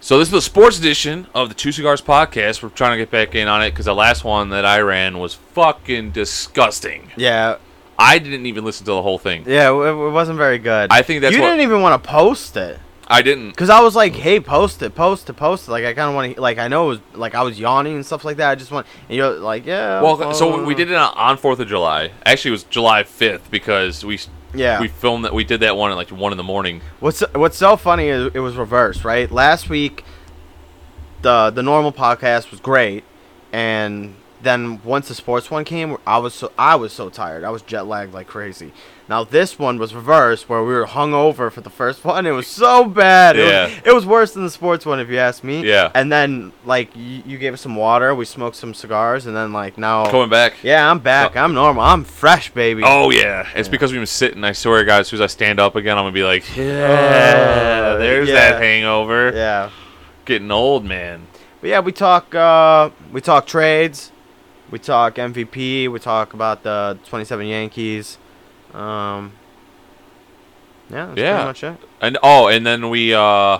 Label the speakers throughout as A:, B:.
A: So this is the sports edition of the Two Cigars podcast. We're trying to get back in on it because the last one that I ran was fucking disgusting.
B: Yeah,
A: I didn't even listen to the whole thing.
B: yeah, it, it wasn't very good.
A: I think that's
B: you
A: what-
B: didn't even want to post it
A: I didn't.
B: because I was like, "Hey, post it, post it, post it." Like I kind of want to, like I know it was like I was yawning and stuff like that. I just want, and you're like, "Yeah."
A: Well, so we did it on- on Fourth of July. Actually, it was July fifth because we
B: Yeah.
A: we filmed that we did that one at like one in the morning.
B: What's what's so funny is it was reversed, right? Last week, the the normal podcast was great, and then once the sports one came, I was so I was so tired, I was jet lagged like crazy. Now this one was reversed, where we were hung over for the first one. It was so bad. It was-
A: Yeah.
B: It was, worse than the sports one, if you ask me.
A: Yeah.
B: And then like you, you gave us some water, we smoked some cigars, and then like now.
A: Coming back.
B: yeah, I'm back. I'm normal. I'm fresh, baby.
A: Oh yeah, it's because we've been sitting. I swear, guys, as soon as I stand up again, I'm gonna be like, yeah, there's
B: Oh, yeah.
A: that hangover.
B: Yeah.
A: Getting old, man.
B: But yeah, we talk uh, we talk trades, we talk MVP, we talk about the 27 Yankees. Um, yeah, that's
A: Yeah.
B: pretty much it.
A: And oh, and then we, uh,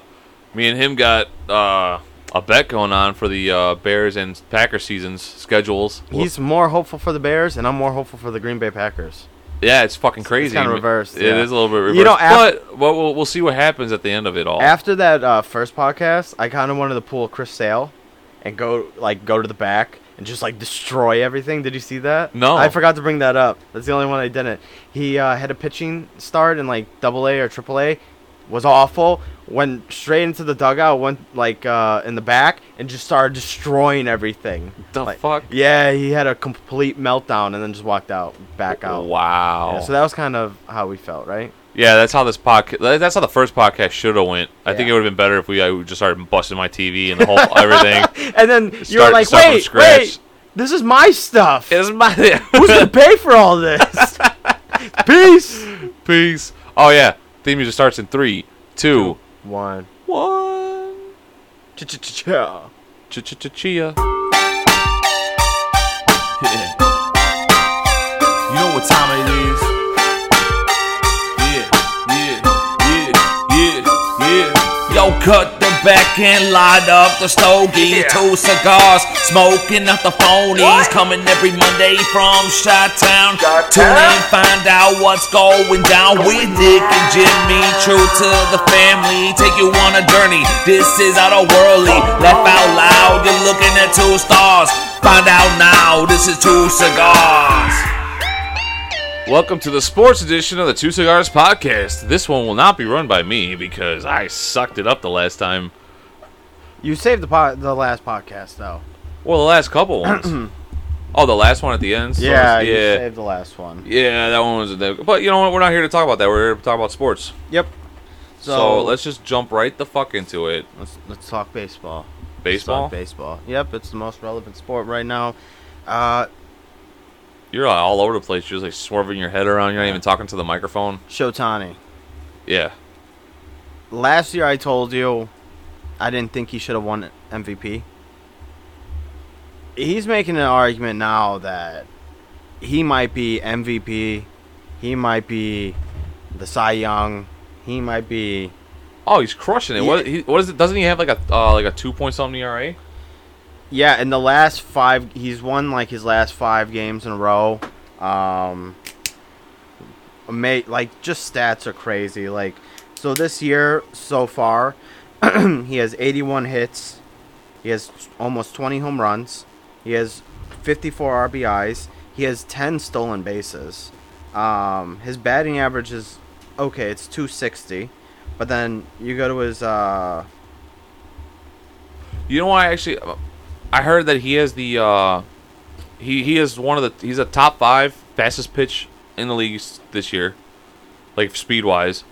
A: me and him got uh, a bet going on for the uh, Bears and Packers seasons schedules.
B: He's more hopeful for the Bears, and I'm more hopeful for the Green Bay Packers.
A: yeah, it's fucking crazy.
B: kinda reversed,
A: It
B: yeah.
A: is a little bit reversed.
B: You know, af-
A: but well, we'll we'll see what happens at the end of it all.
B: After that uh, first podcast, I kind of wanted to pull Chris Sale and go like go to the back and just like destroy everything. Did you see that?
A: No.
B: I forgot to bring that up. That's the only one I didn't. He uh, had a pitching start in like Double A or Triple A, was awful. Went straight into the dugout, went like uh, in the back, and just started destroying everything.
A: The
B: Like-
A: fuck?
B: Yeah, he had a complete meltdown and then just walked out, back out.
A: Wow.
B: Yeah, so that was kind of how we felt, right?
A: Yeah, that's how this podcast. That's how the first podcast should have went. I think
B: Yeah.
A: it would have been better if we I just started busting my TV and the whole everything.
B: And then you were
A: Start-
B: like,
A: start from
B: wait,
A: scratch."
B: wait, this is my stuff.
A: It's my
B: Who's gonna pay for all this? Peace.
A: peace. Oh yeah, theme music starts in three, two,
B: One.
A: one.
B: Cha-cha-cha.
A: Ch ch ch chia.
C: Yeah. You know what time it is? Yeah, yeah, yeah, yeah, yeah. Yo, cut the back and light up the stogie. Two cigars, smoking out the phonies. Coming every Monday from Chi-Town. Tune in, find out what's going down with Dick and Jimmy. True to the family, take you on a journey. This is out of worldly. Laugh out loud, you're looking at two stars. Find out now, this is two cigars.
A: Welcome to the sports edition of the Two Cigars podcast. This one will not be run by me because I sucked it up the last time.
B: You saved the po- the last podcast though.
A: Well, the last couple ones. oh, the last one at the end. So
B: yeah, you
A: yeah,
B: saved the last one.
A: yeah. That one was. a- But you know what? We're not here to talk about that. We're here to talk about sports.
B: Yep.
A: So, let's just jump right the fuck into it.
B: let's let's talk baseball. Let's
A: Baseball.
B: talk baseball. Yep, it's the most relevant sport right now. Uh,
A: You're like, all over the place. You're just like swerving your head around. You're not even talking to the microphone.
B: Shotani.
A: Yeah.
B: Last year I told you I didn't think he should have won MVP. He's making an argument now that he might be MVP, he might be the Cy Young, he might be
A: Oh, he's crushing it. What?
B: Yeah.
A: He, what is it? Doesn't he have like a uh, like a two point something ERA?
B: Yeah, in the last 5 he's won like his last 5 games in a row. Um ama- like just stats are crazy. Like so this year so far he has 81 hits. He has almost 20 home runs. He has 54 RBIs. He has 10 stolen bases. Um, his batting average is okay. It's 260, but then you go to his uh,
A: You know why? Actually, I heard that he has the uh, he he is one of the he's a top five fastest pitch in the league s- this year, like speed wise.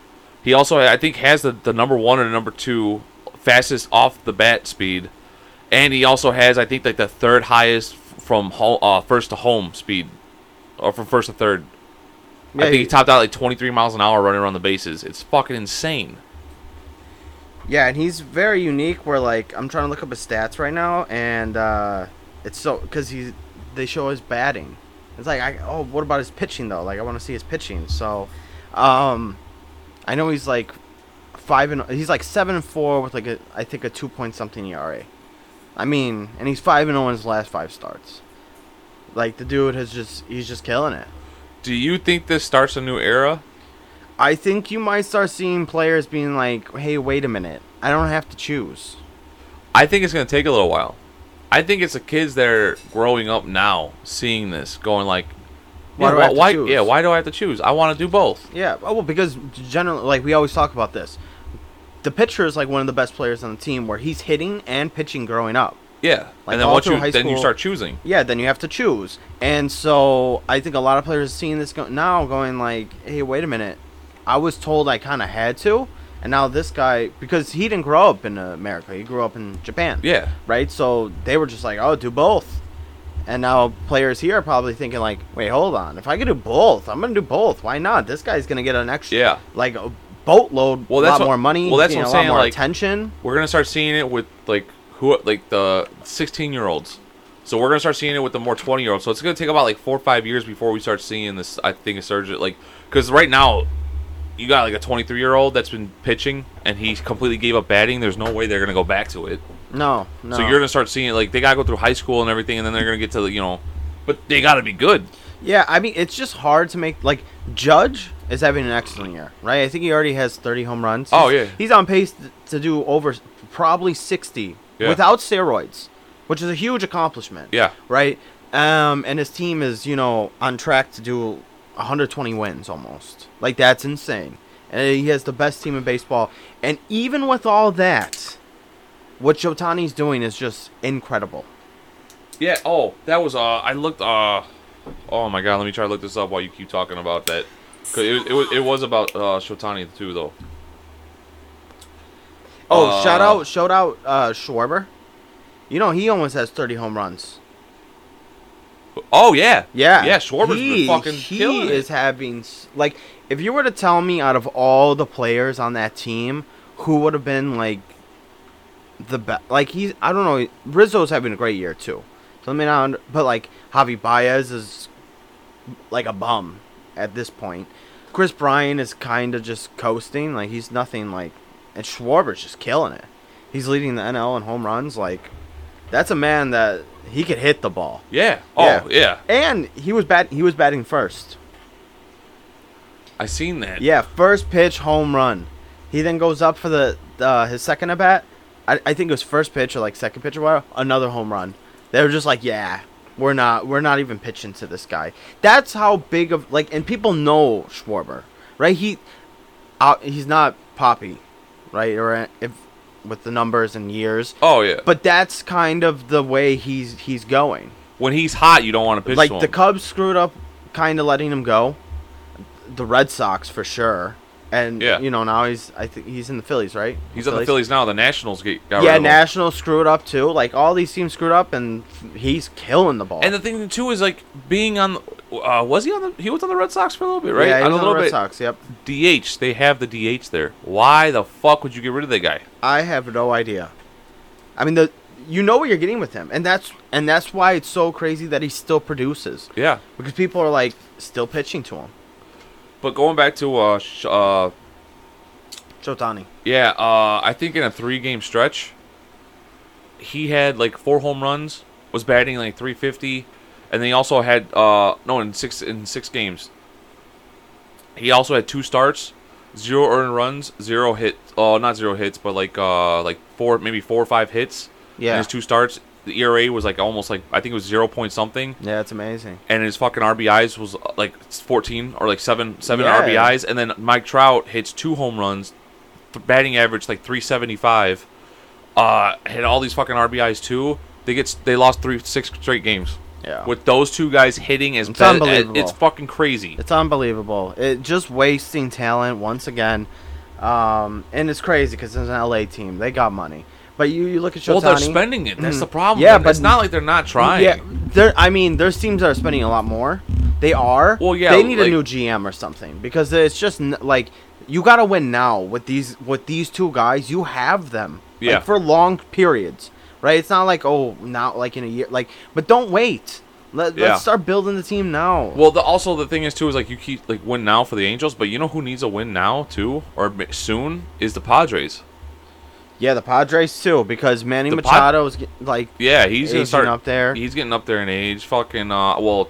A: He also I think has the, the number one and number two fastest off the bat speed, and he also has I think like the third highest f- from home, uh, first to home speed, or from first to third. I
B: Yeah,
A: think he,
B: he-
A: topped out like 23 miles an hour running around the bases. It's fucking insane.
B: Yeah, and he's very unique. Where like I'm trying to look up his stats right now, and uh, it's so because he's they show his batting. It's like, I, oh, what about his pitching though? Like I want to see his pitching. So, um, I know he's like five and he's like seven and four with like a I think a two point something ERA. I mean, and he's five and zero in his last five starts. Like the dude has just he's just killing it.
A: Do you think this starts a new era?
B: I think you might start seeing players being like, "Hey, wait a minute, I don't have to choose."
A: I think it's going to take a little while. I think it's the kids that are growing up now seeing this, going like,
B: Why
A: yeah,
B: do I have
A: wh-
B: to
A: why,
B: choose?
A: yeah, why do I have to choose? I want to do both.
B: Yeah, oh, well, because generally, like we always talk about this, the pitcher is like one of the best players on the team, where he's hitting and pitching growing up.
A: Yeah,
B: Like,
A: and then
B: all
A: once
B: through
A: you
B: high
A: then you
B: school-
A: start choosing.
B: Yeah, then you have to choose, and so I think a lot of players are seeing this go- now, going like, "Hey, wait a minute, I was told I kind of had to." And now this guy, because he didn't grow up in America, he grew up in Japan.
A: Yeah,
B: right? So they were just like, "Oh, do both." And now players here are probably thinking like, "Wait, hold on. If I could do both, I'm gonna do both. Why not? This guy's gonna get an extra,
A: Yeah.
B: like a boatload,
A: Well,
B: a
A: that's
B: lot
A: what-
B: more money.
A: well, that's
B: you
A: what
B: know,
A: I'm
B: a
A: saying,
B: lot more
A: like-
B: attention.
A: we're gonna start seeing it with like who like the 16 year olds. So we're gonna start seeing it with the more 20 year olds. So it's gonna take about like four or five years before we start seeing this. I think a surge like because right now you got like a 23 year old that's been pitching and he completely gave up batting. There's no way they're gonna go back to it.
B: No, no.
A: So you're gonna start seeing like they gotta go through high school and everything, and then they're gonna get to the you know, but they gotta be good.
B: yeah. I mean, it's just hard to make like Judge is having an excellent year, right? I think he already has 30 home runs.
A: Oh,
B: He's-
A: yeah.
B: he's on pace t- to do over s- probably 60
A: Yeah.
B: without steroids, which is a huge accomplishment.
A: Yeah,
B: right? Um, and his team is, you know, on track to do 120 wins almost. Like that's insane. And he has the best team in baseball. And even with all that, what Otani's doing is just incredible.
A: yeah. Oh, that was uh, I looked uh, oh my god, let me try to look this up while you keep talking about that. 'Cause it was- it was, it was about uh, Shotani too though.
B: Oh,
A: Uh,
B: shout out, shout out, uh, Schwarber. You know he almost has 30 home runs.
A: Oh yeah,
B: Yeah,
A: yeah. Schwarber's been
B: he,
A: fucking
B: he
A: killing
B: is
A: it.
B: having s- like if you were to tell me out of all the players on that team who would have been like the best like he's I don't know Rizzo's having a great year too. So let me not under- but like Javi Baez is like a bum at this point. Chris Bryan is kind of just coasting like he's nothing like and Schwarber's just killing it. He's leading the NL in home runs like that's a man that he could hit the ball.
A: Yeah. Oh yeah.
B: And he was bat he was batting first.
A: I seen that.
B: Yeah, first pitch home run. He then goes up for the uh, his second at bat. I, I think it was first pitch or like second pitch or whatever. Another home run. They were just like, yeah, we're not we're not even pitching to this guy. That's how big of like and people know Schwarber, right? He, uh, he's not poppy, right? Or uh, if with the numbers and years,
A: Oh yeah. But
B: but that's kind of the way he's he's going
A: when he's hot, you don't want to pitch
B: like
A: to him.
B: the Cubs screwed up, kind of letting him go. The Red Sox for sure, and
A: Yeah.
B: you know now he's I think he's in the Phillies, right?
A: he's on the Phillies now. The Nationals get got
B: Yeah,
A: rid of him.
B: Nationals screwed up too. Like all these teams screwed up, and he's killing the ball.
A: And the thing too is like being on. Uh, was he on the? He was on the Red Sox for a little bit, right?
B: Yeah, he's
A: a
B: on
A: little
B: the Red
A: bit.
B: Sox. Yep.
A: DH. They have the DH there. Why the fuck would you get rid of that guy?
B: I have no idea. I mean, the you know what you're getting with him, and that's and that's why it's so crazy that he still produces
A: Yeah.
B: because people are like still pitching to him.
A: But going back to uh, sh- uh
B: Chotani.
A: yeah, uh I think in a three game stretch, he had like four home runs, was batting like 350, and then he also had uh no in six in six games. He also had two starts, zero earned runs, zero hit. Oh, not zero hits, but like uh like four maybe four or five hits. In
B: Yeah.
A: his two starts, the ERA was like almost like I think it was zero point something.
B: Yeah, it's amazing.
A: and his fucking RBIs was uh, like 14 or like seven seven
B: Yeah.
A: RBIs, and then Mike Trout hits two home runs, th- batting average like 375. Uh, hit all these fucking RBIs too. They get s- they lost three six straight games.
B: Yeah.
A: With those two guys hitting as
B: It's
A: bad, uh,
B: unbelievable.
A: it's fucking crazy.
B: It's unbelievable. It just wasting talent once again, um, and it's crazy because it's an LA team. They got money, but you, you look at Shotani.
A: Well, they're spending it. That's the problem.
B: Mm-hmm. Yeah,
A: Yeah, but
B: but-
A: it's not like they're not trying.
B: Yeah, they're, I mean, there's teams that are spending a lot more. They are.
A: Well, yeah,
B: They need
A: like-
B: a new GM or something because it's just n- like you got to win now with these with these two guys. You have them. like,
A: Yeah.
B: for long periods, right? It's not like oh now like in a year like, but don't wait. Let,
A: Yeah.
B: Let's start building the team now.
A: Well, the, also the thing is too is like you keep like win now for the Angels, but you know who needs a win now too or m- soon is the Padres.
B: yeah, the Padres too, because Manny
A: The Pad-
B: Machado is get- like
A: Yeah, he's gonna
B: Aging
A: start
B: up there.
A: He's getting up there in age. Fucking uh, well,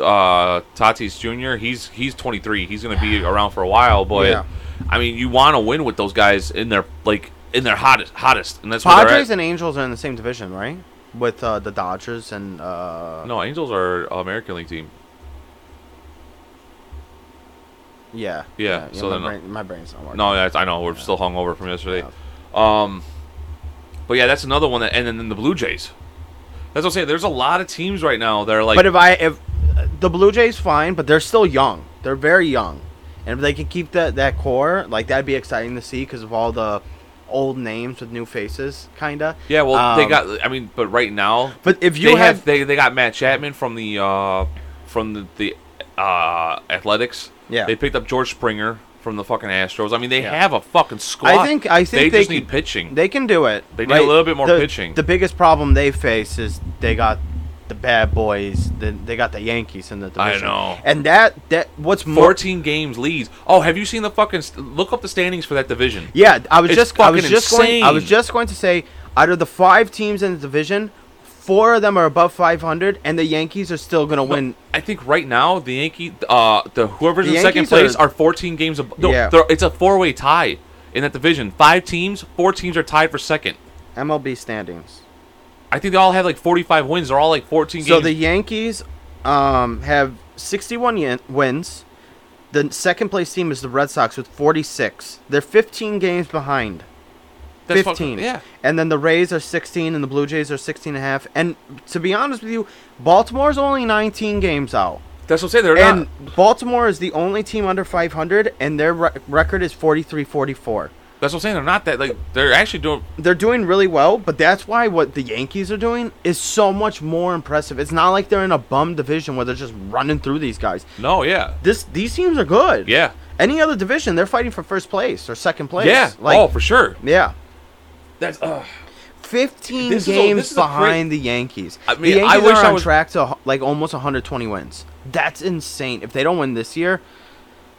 A: uh, Tatis Jr. He's he's 23. He's gonna be around for a while, but
B: Yeah.
A: I mean, you want to win with those guys in their like in their hottest hottest, and that's where they're
B: Padres
A: at.
B: and Angels are in the same division, right? With uh, the Dodgers and uh,
A: no, Angels are American League team.
B: yeah,
A: Yeah, so
B: my,
A: they're not-
B: brain, my brain's not working.
A: No, that's, I know we're still hungover from yesterday.
B: Yeah.
A: Um, but yeah, that's another one. That, and then, then the Blue Jays. That's what I'm saying. There's a lot of teams right now that are like,
B: but if I if the Blue Jays fine, but they're still young. They're very young, and if they can keep that that core, like that'd be exciting to see because of all the old names with new faces, kinda.
A: yeah, well, they
B: Um,
A: got. I mean, but right now,
B: But if you
A: they
B: have,
A: have they, they got Matt Chapman from the uh from the, the uh Athletics.
B: Yeah.
A: they picked up George Springer from the fucking Astros. I mean, they
B: Yeah.
A: have a fucking squad.
B: I think I
A: they,
B: think
A: just
B: can,
A: need pitching.
B: They can do it.
A: They need a little bit more
B: The-
A: pitching.
B: The biggest problem they face is they got the bad boys. The, they got the Yankees in the
A: I
B: division.
A: know.
B: And that that what's more.
A: 14 games leads. Oh, have you seen the fucking st- look up the standings for that division?
B: Yeah, I was
A: It's
B: just I was
A: fucking
B: just going I was
A: insane.
B: just going to say out of the five teams in the division, four of them are above 500, and the Yankees are still going to win.
A: I think right now the Yankee, uh, the whoever's
B: The
A: in second place
B: Yankees are-
A: are 14 games. Ab- no,
B: Yeah.
A: they're- it's a four-way tie in that division. Five teams, four teams are tied for second.
B: MLB standings.
A: I think they all have like 45 wins. They're all like 14
B: So
A: games.
B: the Yankees um, have 61 yen- wins. The second place team is the Red Sox with 46. They're 15 games behind.
A: That's fuck-
B: 15.
A: yeah.
B: And then the Rays are 16 and the Blue Jays are 16 and a half. And to be honest with you, Baltimore's only 19 games out.
A: That's what I'm saying. They're
B: and
A: not.
B: Baltimore is the only team under 500 and their re- record is 43-44.
A: That's what I'm saying. They're not that. Like they're actually doing.
B: They're doing really well, but that's why what the Yankees are doing is so much more impressive. It's not like they're in a bum division where they're just running through these guys.
A: No, yeah,
B: This these teams are good.
A: yeah,
B: Any other division, they're fighting for first place or second place.
A: yeah.
B: Like
A: oh, for sure.
B: yeah.
A: That's. Uh,
B: 15
A: This is a- this
B: games
A: is a
B: behind the Yankees.
A: I mean,
B: the Yankees
A: I wish
B: are
A: I
B: on
A: was-
B: track to h- like almost 120 wins. That's insane. If they don't win this year,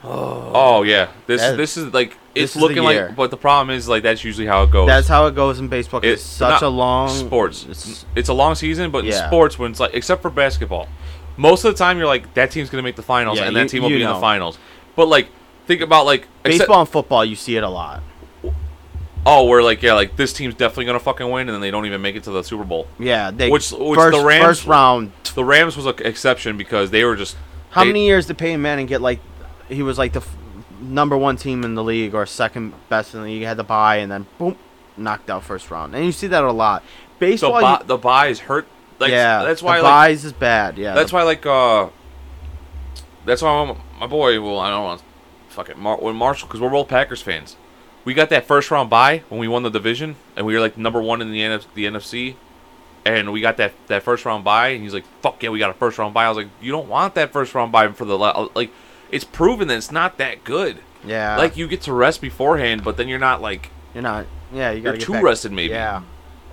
A: oh yeah. This
B: That-
A: this is like
B: this
A: it's
B: is the
A: looking
B: year.
A: like. But the problem is like that's usually how it goes.
B: that's how it goes in baseball. 'cause
A: It-
B: It's
A: not-
B: such a long
A: sports. It's,
B: It's,
A: a long season, but in
B: Yeah.
A: sports, when it's like except for basketball, most of the time you're like that team's gonna make the finals,
B: Yeah,
A: and
B: you-
A: that team will
B: you
A: be in the
B: know.
A: finals. But like, think about like except-
B: baseball and football. You see it a lot.
A: oh, we're like yeah, like this team's definitely gonna fucking win, and then they don't even make it to the Super Bowl.
B: Yeah, they
A: Which- which
B: first,
A: the Rams-
B: first round.
A: The Rams was an exception because they were just
B: How
A: they-
B: many years did Peyton Manning get? Like he was like the f- number one team in the league or second best in the league. Had to buy and then boom, knocked out first round. And you see that a lot.
A: the
B: Baseball,
A: bu-
B: you-
A: the buys hurt. Like,
B: yeah,
A: that's why
B: the
A: like
B: buys is bad. Yeah,
A: That's
B: the-
A: why, like, uh, that's why my, my boy. Well, I don't want to fuck it. Mar- when Marshall, because we're both Packers fans, we got that first round bye when we won the division, and we were like number one in the NF- the NFC, and we got that that first round bye, and he's like, "Fuck yeah, we got a first round bye." I was like, "You don't want that first round bye for the la- like." It's proven that it's not that good.
B: yeah,
A: Like you get to rest beforehand, but then you're not like
B: You're not. Yeah, you got
A: you're too rested maybe.
B: Yeah,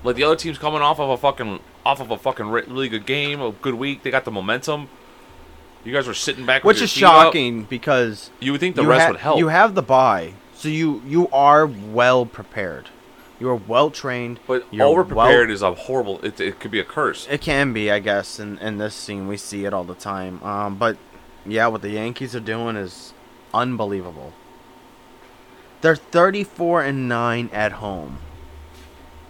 A: Like the other team's coming off of a fucking off of a fucking re- really good game, a good week. They got the momentum. You guys were sitting back, with
B: which
A: your
B: is
A: feet up.
B: shocking because
A: You would think the
B: you
A: rest
B: ha-
A: would help.
B: You have the buy, so you you are well prepared. You are well trained,
A: but
B: you're
A: over prepared
B: well-
A: is a horrible. It, it could be a curse.
B: it can be, I guess, in in this scene we see it all the time. Um, but yeah, what the Yankees are doing is unbelievable. They're 34 and 9 at home.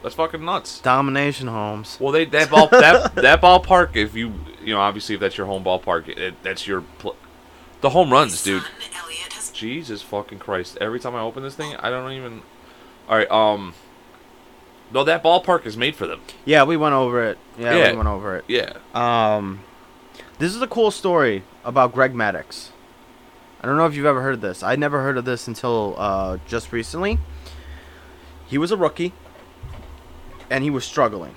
A: That's fucking nuts.
B: Domination homes.
A: Well, they that ball that that ballpark. If you you know obviously if that's your home ballpark, it, that's your pl- the home runs, dude. Jesus fucking Christ! Every time I open this thing, I don't even. All right, um. No, that ballpark is made for them.
B: Yeah, we went over it. Yeah,
A: Yeah.
B: we went over it.
A: Yeah.
B: Um, this is a cool story about Greg Maddox. I don't know if you've ever heard of this. I never heard of this until uh, just recently. He was a rookie, and he was struggling.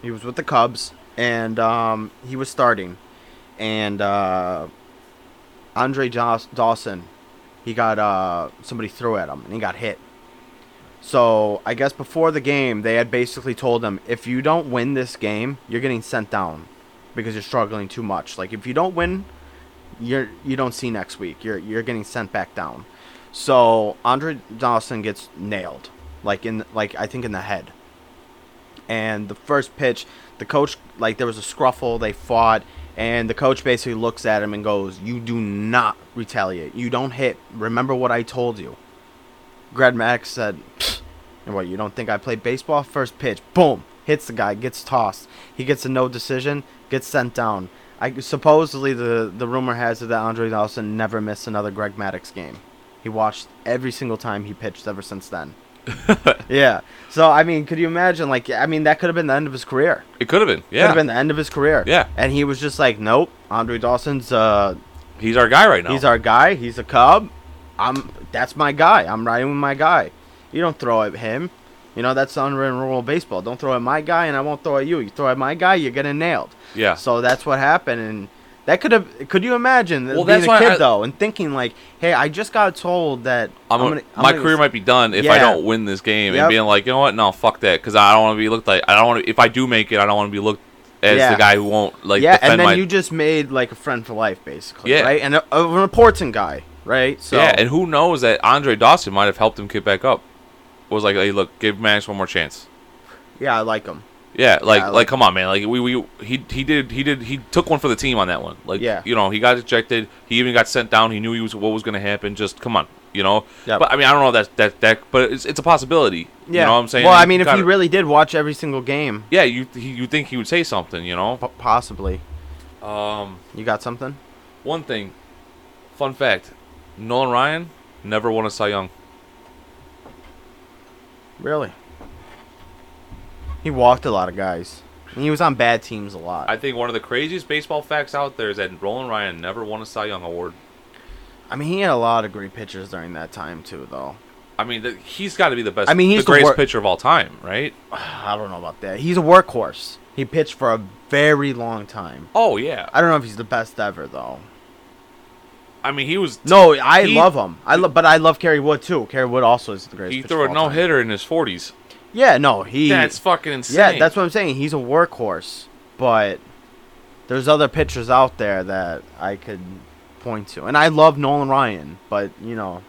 B: He was with the Cubs, and um, he was starting. And uh, Andre Daws- Dawson, he got uh, somebody threw at him, and he got hit. So I guess before the game, they had basically told him, if you don't win this game, you're getting sent down. because you're struggling too much. Like if you don't win, you're you don't see next week. You're you're getting sent back down. So Andre Dawson gets nailed, like in like I think in the head. And the first pitch, the coach like there was a scruffle. They fought, and the coach basically looks at him and goes, "You do not retaliate. You don't hit. Remember what I told you." Greg Max said, "Pfft, and what, you don't think I played baseball? First pitch, boom, hits the guy, gets tossed. He gets a no decision, gets sent down. I supposedly the the rumor has it that Andre Dawson never missed another Greg Maddox game. He watched every single time he pitched ever since then. yeah. So I mean, could you imagine? Like, I mean, that could have been the end of his career.
A: It could have been.
B: Could
A: Yeah,
B: have been the end of his career.
A: Yeah.
B: And he was just like, nope. Andre Dawson's uh,
A: he's our guy right now.
B: He's our guy. He's a Cub. I'm. That's my guy. I'm riding with my guy. You don't throw at him. You know that's unwritten rule of baseball. Don't throw at my guy, and I won't throw at you. You throw at my guy, you're getting nailed.
A: yeah.
B: So that's what happened, and that could have. Could you imagine
A: Well,
B: being
A: that's
B: a
A: why
B: kid
A: I-
B: though, and thinking like, "Hey, I just got told that
A: I'm, a-
B: I'm gonna- I'm
A: my
B: gonna-
A: career might be done if I
B: Yeah.
A: don't win this game
B: Yep.
A: and being like, you know what? No, fuck that, because I don't want to be looked like. I don't want to. If I do make it, I don't want to be looked as
B: Yeah.
A: the guy who won't like
B: yeah,
A: defend
B: and then
A: my.
B: you just made like a friend for life, basically,
A: Yeah.
B: right? And a, a important guy, right? So
A: Yeah, and who knows that Andre Dawson might have helped him get back up. Was like, hey, look, give Max one more chance.
B: yeah, I like him.
A: Yeah, like,
B: Yeah,
A: like,
B: like-
A: come on, man. Like, we, we, he, he did, he did, he took one for the team on that one. Like,
B: Yeah.
A: you know, he got ejected. He even got sent down. He knew he was what was going to happen. Just come on, you know.
B: Yep.
A: But I mean, I don't know if that's that that, but it's, it's a possibility.
B: Yeah,
A: You know what I'm saying?
B: Well, I mean, if
A: gotta-
B: he really did watch every single game,
A: yeah, you he, you think he would say something, you know?
B: po- possibly.
A: Um,
B: You got something?
A: one thing, fun fact: Nolan Ryan never won a Cy Young.
B: Really? He walked a lot of guys. And he was on bad teams a lot.
A: I
B: I,
A: think one of the craziest baseball facts out there is that Nolan Ryan never won a Cy Young award.
B: mean, he had a lot of great pitchers during that time too, though.
A: I mean, th he's got to be the best.
B: I mean, he's
A: the
B: the
A: greatest
B: wor-
A: pitcher of all time, right?
B: I don't know about that. He's a workhorse. He pitched for a very long time.
A: Oh yeah.
B: I don't know if he's the best ever though.
A: I mean, he was.
B: No, I
A: He-
B: love him. I love, but I love Kerry Wood too. Kerry Wood also is the greatest.
A: He
B: pitcher
A: threw
B: of
A: a no
B: all time.
A: hitter in his 40s.
B: Yeah, no, he.
A: That's fucking insane.
B: yeah, that's what I'm saying. He's a workhorse, but there's other pitchers out there that I could point to, and I love Nolan Ryan, but you know,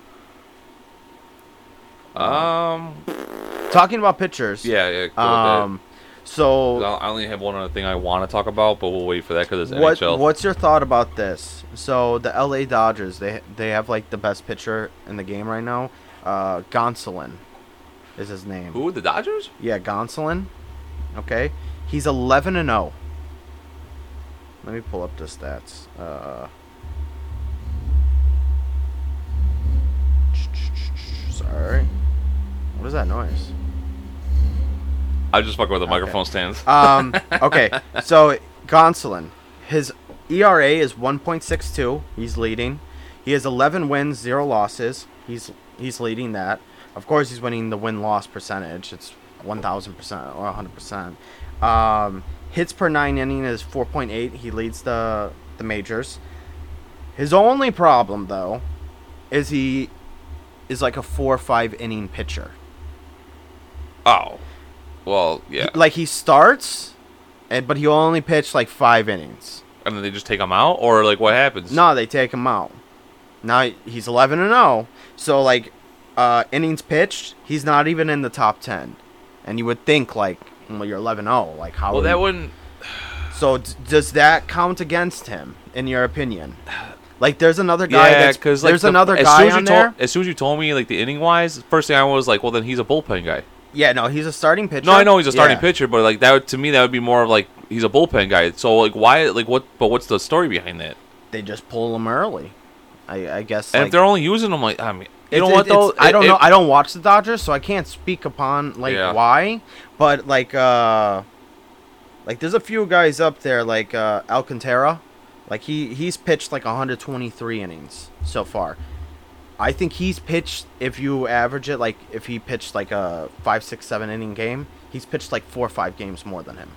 A: Um.
B: Talking about pitchers.
A: Yeah. Yeah. go with
B: Um.
A: that.
B: So
A: I I only have one other thing I want to talk about, but we'll wait for that because it's
B: what
A: NHL.
B: what's your thought about this? So the L.A. Dodgers they they have like the best pitcher in the game right now. Uh, Gonsolin is his name.
A: Who the Dodgers?
B: Yeah, Gonsolin. Okay, he's eleven and zero. Let me pull up the stats. Uh, sorry, what is that noise?
A: I just fucking with the
B: Okay.
A: microphone stands.
B: Um, okay, so Gonsolin, his ERA is 1.62. He's leading. He has 11 wins, zero losses. He's he's leading that. Of course, he's winning the win loss percentage. It's 1,000 percent or 100 percent. Um, hits per nine inning is 4.8. He leads the the majors. His only problem though is he is like a four or five inning pitcher.
A: Oh. Well, yeah.
B: Like he starts, and but he only pitched like five innings.
A: And then they just take him out, or like what happens?
B: No, they take him out. Now he's 11 and 0. So like uh innings pitched, he's not even in the top 10. And you would think like well you're 11 0, like how
A: Well,
B: would
A: that
B: you-
A: wouldn't.
B: So d- does that count against him in your opinion? Like there's another guy
A: Yeah,
B: that's
A: because like
B: there's
A: the-
B: another
A: as
B: guy
A: soon as you
B: on
A: told-
B: there.
A: As soon as you told me like the inning wise, first thing I was like, well, then he's a bullpen guy.
B: Yeah, no, he's a starting pitcher.
A: No, I know he's a starting
B: Yeah.
A: pitcher, but like that would, to me, that would be more of like he's a bullpen guy. So like why like what? But what's the story behind that?
B: They just pull him early. I, I guess.
A: And
B: like,
A: if they're only using him, like I mean, you know
B: It's-
A: what
B: it's-
A: though?
B: it's- I
A: It-
B: don't
A: it-
B: know. I don't watch the Dodgers, so I can't speak upon like
A: Yeah.
B: why. But like, uh like there's a few guys up there like uh Alcantara, like he he's pitched like 123 innings so far. I think he's pitched. If you average it, like if he pitched like a five, six, seven inning game, he's pitched like four or five games more than him.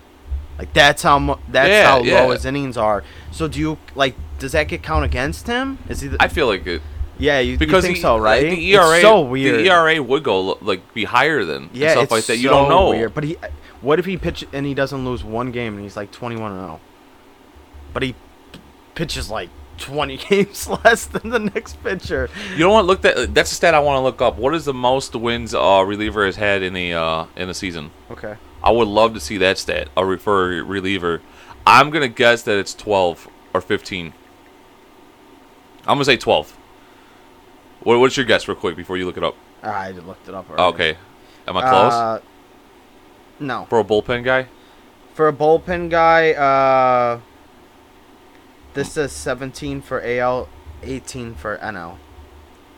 B: Like that's how mu- that's
A: Yeah,
B: how
A: yeah.
B: low his innings are. So do you like? Does that get count against him? Is he? The,
A: I feel like it
B: yeah, you,
A: because
B: you think
A: he-
B: so, right?
A: like, the ERA,
B: it's so weird.
A: The ERA would go lo- like be higher than
B: yeah,
A: and stuff
B: it's
A: like that. You
B: so
A: don't know.
B: Weird. But he, what if he pitch and he doesn't lose one game and he's like twenty-one and zero? but he pitches like 20 games less than the next pitcher.
A: You know what? Look that. That's a stat I want to look up. What is the most wins uh, reliever has had in the uh, in the season?
B: Okay.
A: I would love to see that stat. A re- for a reliever, I'm gonna guess that it's 12 or 15. I'm gonna say 12. What, what's your guess, real quick, before you look it up?
B: Ah, I looked it up already.
A: Okay, am I close
B: Uh, no.
A: for a bullpen guy?
B: For a bullpen guy, uh, this says 17 for AL, 18 for NL.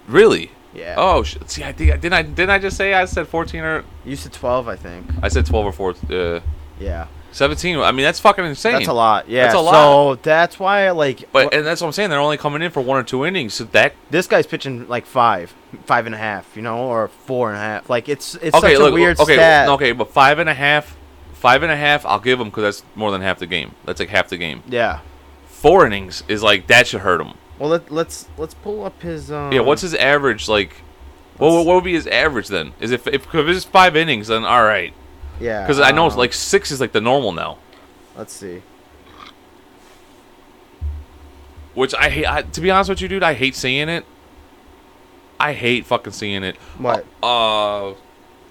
A: Really?
B: Yeah.
A: Oh, sh- see, I think I didn't. I didn't I just say I said 14 or
B: You said 12, I think.
A: I said 12 or 14, uh,
B: Yeah.
A: 17. I mean, that's fucking insane.
B: That's a lot. Yeah.
A: That's a
B: So
A: lot.
B: that's why, like,
A: But
B: wh-
A: and that's what I'm saying. They're only coming in for one or two innings. So that
B: this guy's pitching like five, five and a half, you know, or four and a half. Like it's it's
A: okay,
B: such
A: look,
B: a weird
A: okay,
B: stat.
A: okay, but five and a half, five and a half, I'll give them because that's more than half the game. That's like half the game.
B: Yeah.
A: Four innings is like that should hurt him.
B: Well, let, let's let's pull up his. Um,
A: Yeah, what's his average like? What, what would be his average then? Is if if, if it's five innings, then all right.
B: Yeah.
A: Because I know it's
B: um,
A: like six is like the normal now,
B: Let's see.
A: which I hate. I, to be honest with you, dude, I hate seeing it. I hate fucking seeing it.
B: What?
A: Uh,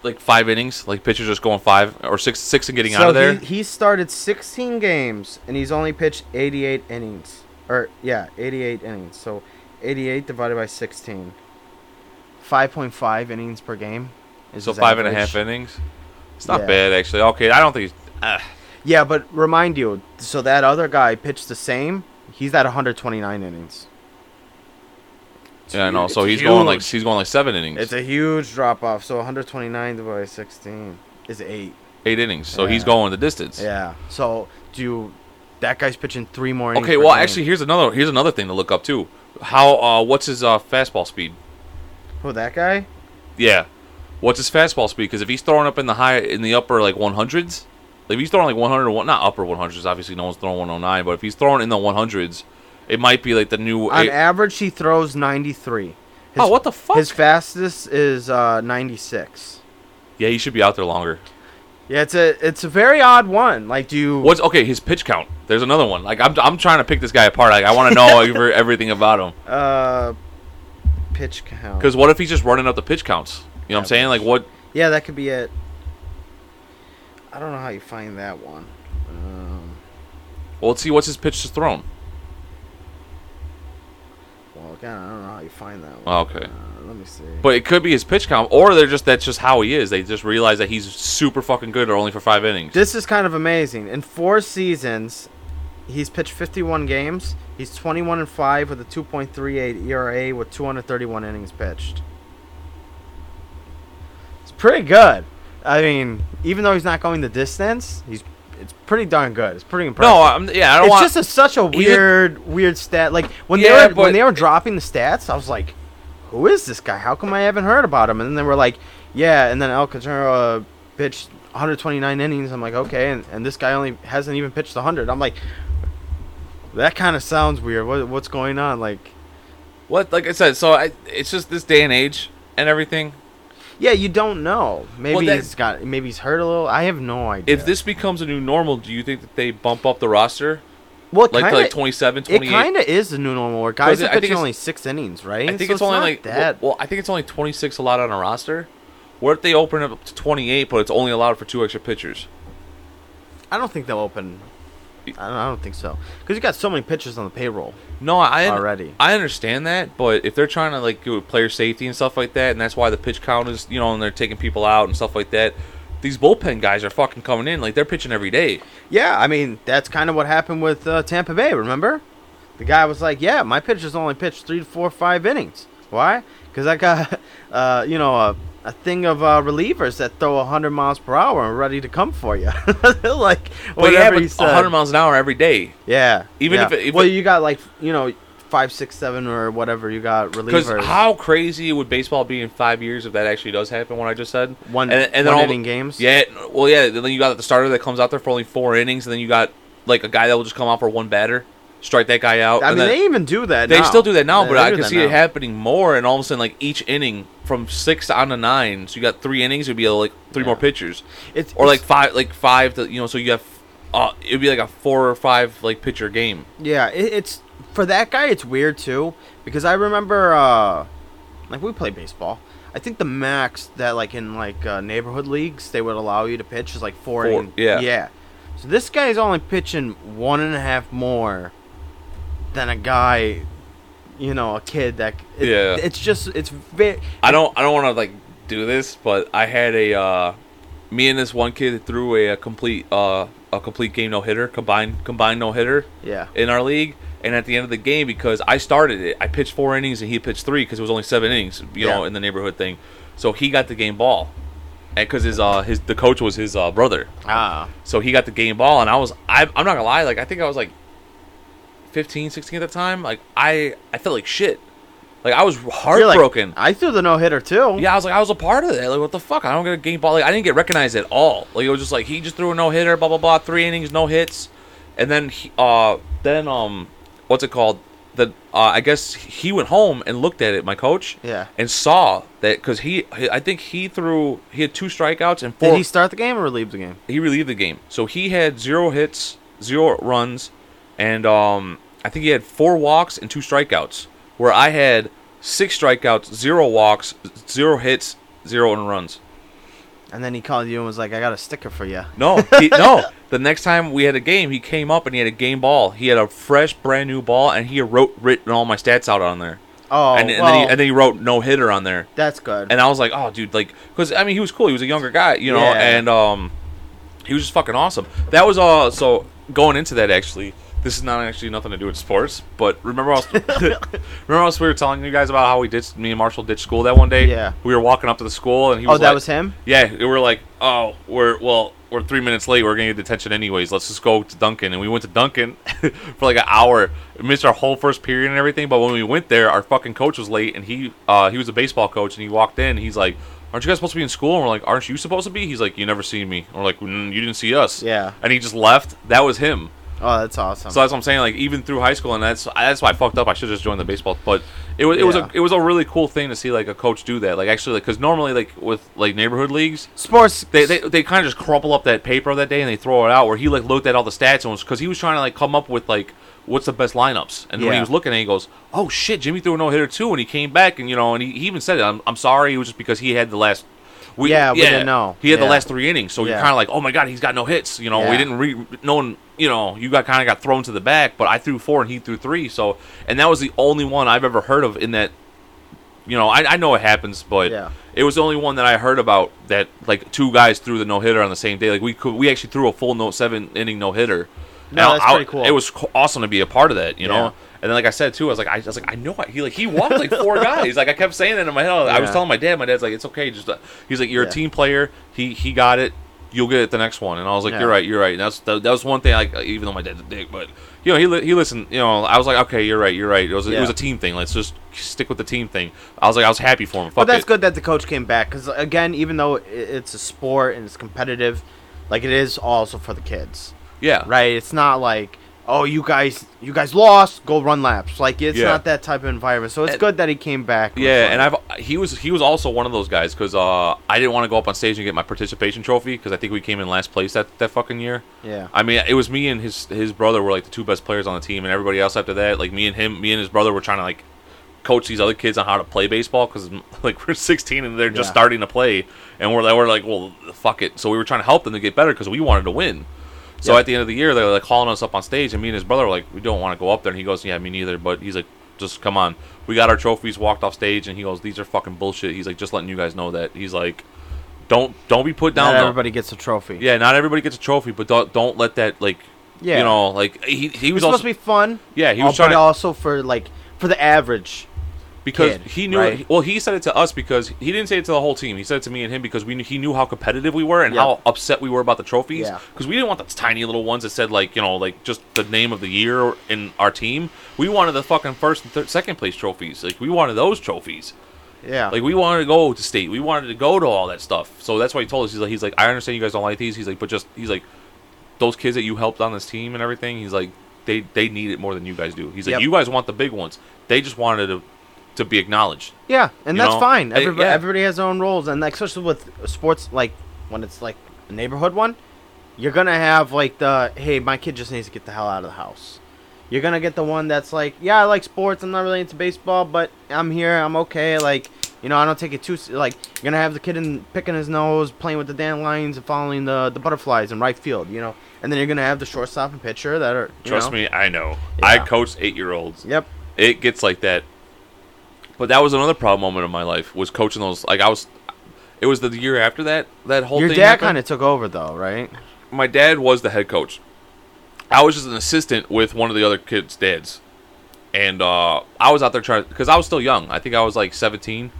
A: like five innings, like pitchers just going five or six, six and getting
B: so
A: out of there.
B: He, he started 16 games and he's only pitched 88 innings. Or yeah, 88 innings. So 88 divided by 16. 5.5 innings per game. Is
A: So
B: his
A: five and a
B: average.
A: half innings. It's not
B: Yeah.
A: bad actually. Okay, I don't think. He's, uh,
B: Yeah, but remind you, so that other guy pitched the same. He's at 129 innings.
A: yeah, no.
B: It's
A: So he's going like
B: huge.
A: he's going like seven innings,
B: It's a huge drop off. So 129 divided by 16 is eight.
A: eight innings. So he's
B: Yeah.
A: going the distance.
B: Yeah. So do you, that guy's pitching three more. innings
A: Okay.
B: per
A: Well,
B: game.
A: actually, here's another here's another thing to look up too. How uh, what's his uh, fastball speed?
B: who that guy?
A: Yeah, what's his fastball speed? Because if he's throwing up in the high in the upper like 100s, like if he's throwing like 100 one not upper 100s, obviously no one's throwing 109, but if he's throwing in the 100s, it might be like the new.
B: On
A: eh,
B: average, he throws 93. His,
A: oh, what the fuck?
B: His fastest is uh, 96.
A: yeah, he should be out there longer.
B: Yeah, it's a it's a very odd one. Like, do you
A: What's okay? His pitch count. There's another one. Like I'm, I'm trying to pick this guy apart. Like I want to know every, everything about him.
B: uh pitch count?
A: Because what if he's just running up the pitch counts? You know what I'm saying? Like what?
B: Yeah, that could be it. I don't know how you find that one. Um,
A: Well, let's see what's his pitch to thrown.
B: well, again, I don't know how you find that one.
A: Oh, Okay.
B: Uh, let me see.
A: But it could be his pitch count, or they're just that's just how he is. They just realize that he's super fucking good, or only for five innings.
B: This is kind of amazing. In four seasons, he's pitched 51 games. He's 21 and 5 with a 2.38 ERA E with 231 innings pitched. It's pretty good. I mean, even though he's not going the distance, he's it's pretty darn good. It's pretty impressive.
A: no, I'm, yeah, I don't
B: it's
A: want.
B: just a, such a
A: He's a-
B: weird, weird stat. Like when
A: Yeah,
B: they were
A: but-
B: when they were dropping the stats, I was like, "Who is this guy? How come I haven't heard about him?" And then they were like, "Yeah." And then El Cantero uh, pitched 129 innings. I'm like, "Okay," and, and this guy only hasn't even pitched 100. I'm like, that kind of sounds weird. What, what's going on? Like,
A: what? Like I said, so I, it's just this day and age and everything.
B: yeah, you don't know. Maybe
A: Well, that-
B: he's got maybe he's hurt a little. I have no idea.
A: If this becomes a new normal, do you think that they bump up the roster
B: well, it
A: like to,
B: kinda,
A: like 27,
B: it
A: 28?
B: kind of is the new normal. Where guys
A: it-
B: are
A: I think
B: pitching
A: it's-
B: only six innings, right?
A: I think
B: So
A: it's only
B: not
A: like
B: that.
A: Well, well, I think it's only 26 allowed on a roster. What if they open it up to 28, but it's only allowed for two extra pitchers?
B: I don't think they'll open. I don't, I don't think so because you got so many pitchers on the payroll.
A: No, I
B: Already.
A: I understand that, but if they're trying to like do player safety and stuff like that, and that's why the pitch count is you know, and they're taking people out and stuff like that. These bullpen guys are fucking coming in like they're pitching every day.
B: Yeah, I mean that's kind of what happened with uh, Tampa Bay. Remember, the guy was like, "Yeah, my pitchers only pitched three to four, five innings. Why? Because I got uh, you know a, a thing of uh, relievers that throw hundred miles per hour and ready to come for you, like
A: But
B: whatever
A: yeah,
B: he
A: but
B: said.
A: 100 miles an hour every day.
B: yeah,
A: Even
B: yeah.
A: if it- if
B: well,
A: it-
B: you got like you know five, six, seven, or whatever you got
A: Because
B: relievers.
A: how crazy would baseball be in five years if that actually does happen? What I just said.
B: One-
A: then
B: one
A: all the-
B: inning games?
A: Yeah. Well, yeah. Then you got the starter that comes out there for only four innings, and then you got like a guy that will just come out for one batter, strike that guy out.
B: I
A: and
B: mean,
A: then-
B: they even do that.
A: They
B: now.
A: still do that now,
B: They-
A: but
B: they
A: I
B: do
A: can
B: that
A: see it
B: now.
A: happening more. And all of a sudden, like each inning from six on to nine, so you got three innings. It'd be uh, like three more
B: Yeah.
A: pitchers,
B: It's
A: or like
B: it's-
A: five, like five. To, you know, so you have uh, it'd be like a four or five like pitcher game.
B: Yeah, it, it's for that guy. It's weird too because I remember uh, like we play baseball. I think the max that like in like uh, neighborhood leagues they would allow you to pitch is like four.
A: Four,
B: innings.
A: yeah.
B: yeah. So this guy's only pitching one and a half more than a guy, you know, a kid that. it-
A: Yeah.
B: It's just it's very.
A: I don't I don't want to like do this, but I had a uh, me and this one kid threw a, a complete uh, a complete game no hitter combined combined no hitter
B: Yeah.
A: in our league. And at the end of the game, because I started it, I pitched four innings and he pitched three because it was only seven innings, you know,
B: Yeah.
A: in the neighborhood thing. So he got the game ball, and because his uh his the coach was his uh brother,
B: Ah.
A: so he got the game ball, and I was I, I'm not gonna lie, like I think I was like 15, 16 at the time. Like I I felt like shit, like I was
B: I feel like
A: heartbroken.
B: I threw the no hitter too.
A: Yeah, I was like, I was a part of that. Like, what the fuck? I don't get a game ball. Like, I didn't get recognized at all. Like, it was just like he just threw a no hitter, blah blah blah, three innings, no hits, and then he, uh, then um, what's it called? The uh, I guess he went home and looked at it, my coach,
B: Yeah.
A: and saw that because he, he- I think he threw, he had two strikeouts and four.
B: Did he start the game or leave the game?
A: he relieved the game, so he had zero hits, zero runs, and um, I think he had four walks and two strikeouts. Where I had six strikeouts, zero walks, zero hits, zero and runs.
B: And then he called you and was like, "I got a sticker for you."
A: No, he, no. The next time we had a game, he came up and he had a game ball. He had a fresh, brand new ball, and he wrote written all my stats out on there.
B: Oh,
A: and, and
B: well,
A: then he, and then he wrote no hitter on there.
B: that's good.
A: And I was like, oh, dude, like, because I mean, he was cool. He was a younger guy, you know,
B: Yeah.
A: and um, he was just fucking awesome. That was all. So going into that, actually, this is not actually nothing to do with sports, but remember, I was, remember, I was, we were telling you guys about how we ditched me and Marshall ditched school that one day.
B: Yeah.
A: we were walking up to the school, and he
B: oh,
A: was
B: that
A: like-
B: was him.
A: yeah, we were like, oh, we're well, we're three minutes late. We're gonna get detention anyways. Let's just go to Duncan, and we went to Duncan for like an hour. We missed our whole first period and everything. But when we went there, our fucking coach was late, and he uh, he was a baseball coach, and he walked in. He's like, "Aren't you guys supposed to be in school?" And we're like, "Aren't you supposed to be?" He's like, "You never seen me." And we're like, mm, "You didn't see us."
B: Yeah.
A: And he just left. That was him.
B: Oh, that's awesome.
A: So that's what I'm saying. Like even through high school, and that's that's why I fucked up. I should have just joined the baseball. But it was it was
B: Yeah.
A: a it was a really cool thing to see like a coach do that. Like actually, like because normally like with like neighborhood leagues,
B: Sports.
A: they they, they kind of just crumple up that paper that day and they throw it out. Where he like looked at all the stats and was because he was trying to like come up with like what's the best lineups. And when
B: Yeah.
A: he was looking, at it, he goes, "Oh shit, Jimmy threw a no hitter too." And he came back and you know, and he, he even said, "I'm I'm sorry, it was just because he had the last." We,
B: Yeah, we didn't know.
A: He had
B: Yeah.
A: the last three innings, so you're
B: Yeah.
A: kind of like, "Oh my god, he's got no hits." You know,
B: Yeah.
A: we didn't re no one. You know, you got kind of got thrown to the back, but I threw four and he threw three. So, and that was the only one I've ever heard of in that you know, I, I know it happens, but
B: Yeah.
A: it was the only one that I heard about that like two guys threw the no hitter on the same day. Like we could, we actually threw a full no seven inning no hitter.
B: No, that's pretty cool.
A: It was co- awesome to be a part of that, you
B: Yeah.
A: know. And then, like I said too, I was like, I, I was like, I know it. he like he walked like four guys. Like I kept saying that in my head. I was
B: Yeah.
A: telling my dad. My dad's like, it's okay. Just uh, he's like, you're
B: Yeah.
A: a team player. He he got it. You'll get it the next one. And I was like,
B: Yeah.
A: you're right. You're right. And that's that, that was one thing. Like even though my dad's a dick, but you know he li- he listened. You know I was like, okay, you're right. You're right. It was it was
B: Yeah.
A: a team thing. Let's just stick with the team thing. I was like, I was happy for him. Fuck
B: But that's
A: it.
B: good that the coach came back because again, even though i- it's a sport and it's competitive, like it is also for the kids,
A: Yeah.
B: right? It's not like oh, you guys, you guys lost, go run laps. Like it's
A: Yeah.
B: not that type of environment. So it's
A: And-
B: good that he came back. It was
A: Yeah,
B: fun.
A: and I've he was he was also one of those guys because uh, I didn't want to go up on stage and get my participation trophy because I think we came in last place that, that fucking year.
B: yeah,
A: I mean, it was me and his his brother were like the two best players on the team, and everybody else after that, like me and him, me and his brother were trying to like coach these other kids on how to play baseball because like we're 16 and they're just
B: Yeah.
A: starting to play, and we're like we're like well fuck it, so we were trying to help them to get better because we wanted to win. So
B: Yeah.
A: at the end of the year, they were like calling us up on stage, and me and his brother were like we don't want to go up there, and he goes yeah me neither, but he's like just come on, we got our trophies, walked off stage, and he goes these are fucking bullshit. He's like just letting you guys know that he's like. Don't don't be put down.
B: not
A: though."
B: everybody gets a trophy.
A: Yeah, not everybody gets a trophy, but don't don't let that like
B: Yeah.
A: you know like he he was
B: it's
A: also
B: supposed to be fun.
A: yeah he
B: uh,
A: was trying
B: but
A: to,
B: also for like for the average.
A: because
B: kid,
A: he knew
B: right?
A: well he said it to us because he didn't say it to the whole team he said it to me and him because we knew, he knew how competitive we were and
B: Yeah.
A: how upset we were about the trophies
B: Yeah.
A: because we didn't want those tiny little ones that said like you know like just the name of the year in our team we wanted the fucking first and third, second place trophies like we wanted those trophies
B: Yeah,
A: Like we wanted to go to state. We wanted to go to all that stuff. So that's why he told us. He's like, he's like, I understand you guys don't like these. He's like, but just he's like, those kids that you helped on this team and everything. He's like, they they need it more than you guys do. He's like,
B: Yep.
A: you guys want the big ones. They just wanted to to be acknowledged.
B: Yeah, and
A: You
B: that's
A: know?
B: fine.
A: Uh,
B: Everybody,
A: yeah.
B: everybody has their own rules, and like, especially with sports, like when it's like a neighborhood one, You're gonna have like the hey, my kid just needs to get the hell out of the house. You're gonna get the one that's like, yeah, I like sports. I'm not really into baseball, but I'm here. I'm okay. Like, you know, I don't take it too s- like. You're gonna have the kid in picking his nose, playing with the dandelions, and following the the butterflies in right field. You know, and then you're gonna have the shortstop and pitcher that are you
A: Trust
B: know-
A: me, I know. I
B: Yeah.
A: coach eight year olds.
B: Yep.
A: It gets like that. But that was another proud moment of my life was coaching those. Like I was, it was the year after that. That whole
B: Your
A: thing
B: dad
A: happened.
B: kind of took over though, right?
A: my dad was the head coach. I was just an assistant with one of the other kids' dads, and uh, I was out there trying because I was still young. I think I was like seventeen.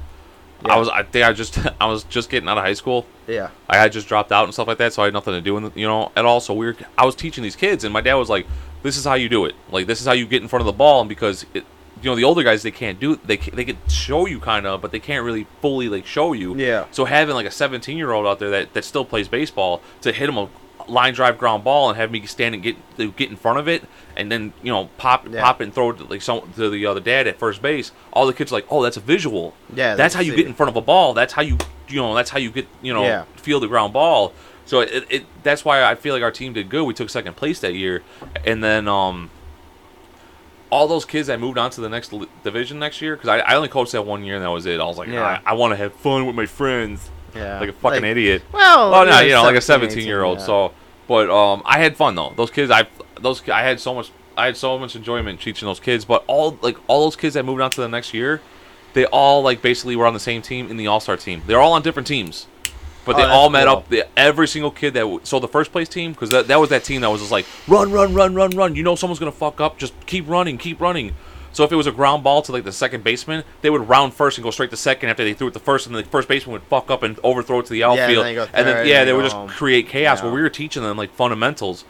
A: I
B: Yeah.
A: was. I think I just. I was just getting out of high school.
B: Yeah.
A: I had just dropped out and stuff like that, so I had nothing to do, in the, you know, at all. So we were. I was teaching these kids, and my dad was like, "This is how you do it. Like this is how you get in front of the ball." And because it, you know, the older guys they can't do. They ca- they can show you kind of, but they can't really fully like show you.
B: Yeah.
A: So having like a 17 year old out there that, that still plays baseball to hit him a line drive ground ball and have me stand and get to get in front of it and then you know pop
B: Yeah.
A: pop it and throw it to, like some to the other dad at first base. All the kids are like, oh, that's a visual.
B: Yeah,
A: That's
B: they
A: how you
B: see
A: get
B: it.
A: in front of a ball. That's how you you know that's how you get you know
B: Yeah.
A: field the ground ball. So it, it that's why I feel like our team did good. We took second place that year, and then um all those kids that moved on to the next li- division next year because I, I only coached that one year and that was it. I was like,
B: Yeah.
A: I, I want to have fun with my friends,
B: Yeah.
A: like a fucking idiot.
B: Well,
A: Well, no,
B: Oh, yeah,
A: you know, like a
B: 17,
A: seventeen year old.
B: 18, yeah.
A: So, but um, I had fun though. Those kids, I those I had so much, I had so much enjoyment teaching those kids. But all like all those kids that moved on to the next year, they all like basically were on the same team in the All Star team. They're all on different teams, but
B: Oh,
A: they
B: that's
A: all met
B: cool.
A: up. The, every single kid that w- so the first place team because that, that was that team that was just like run, run, run, run, run. You know someone's gonna fuck up. Just keep running, keep running. So if it was a ground ball to like the second baseman, they would round first and go straight to second after they threw it to first, and the first baseman would fuck up and overthrow it to the
B: and
A: outfield,
B: then you go
A: and
B: third,
A: then
B: and
A: yeah,
B: then
A: they
B: you
A: would
B: go
A: just
B: home.
A: create chaos. Where
B: Yeah.
A: we were teaching them like fundamentals.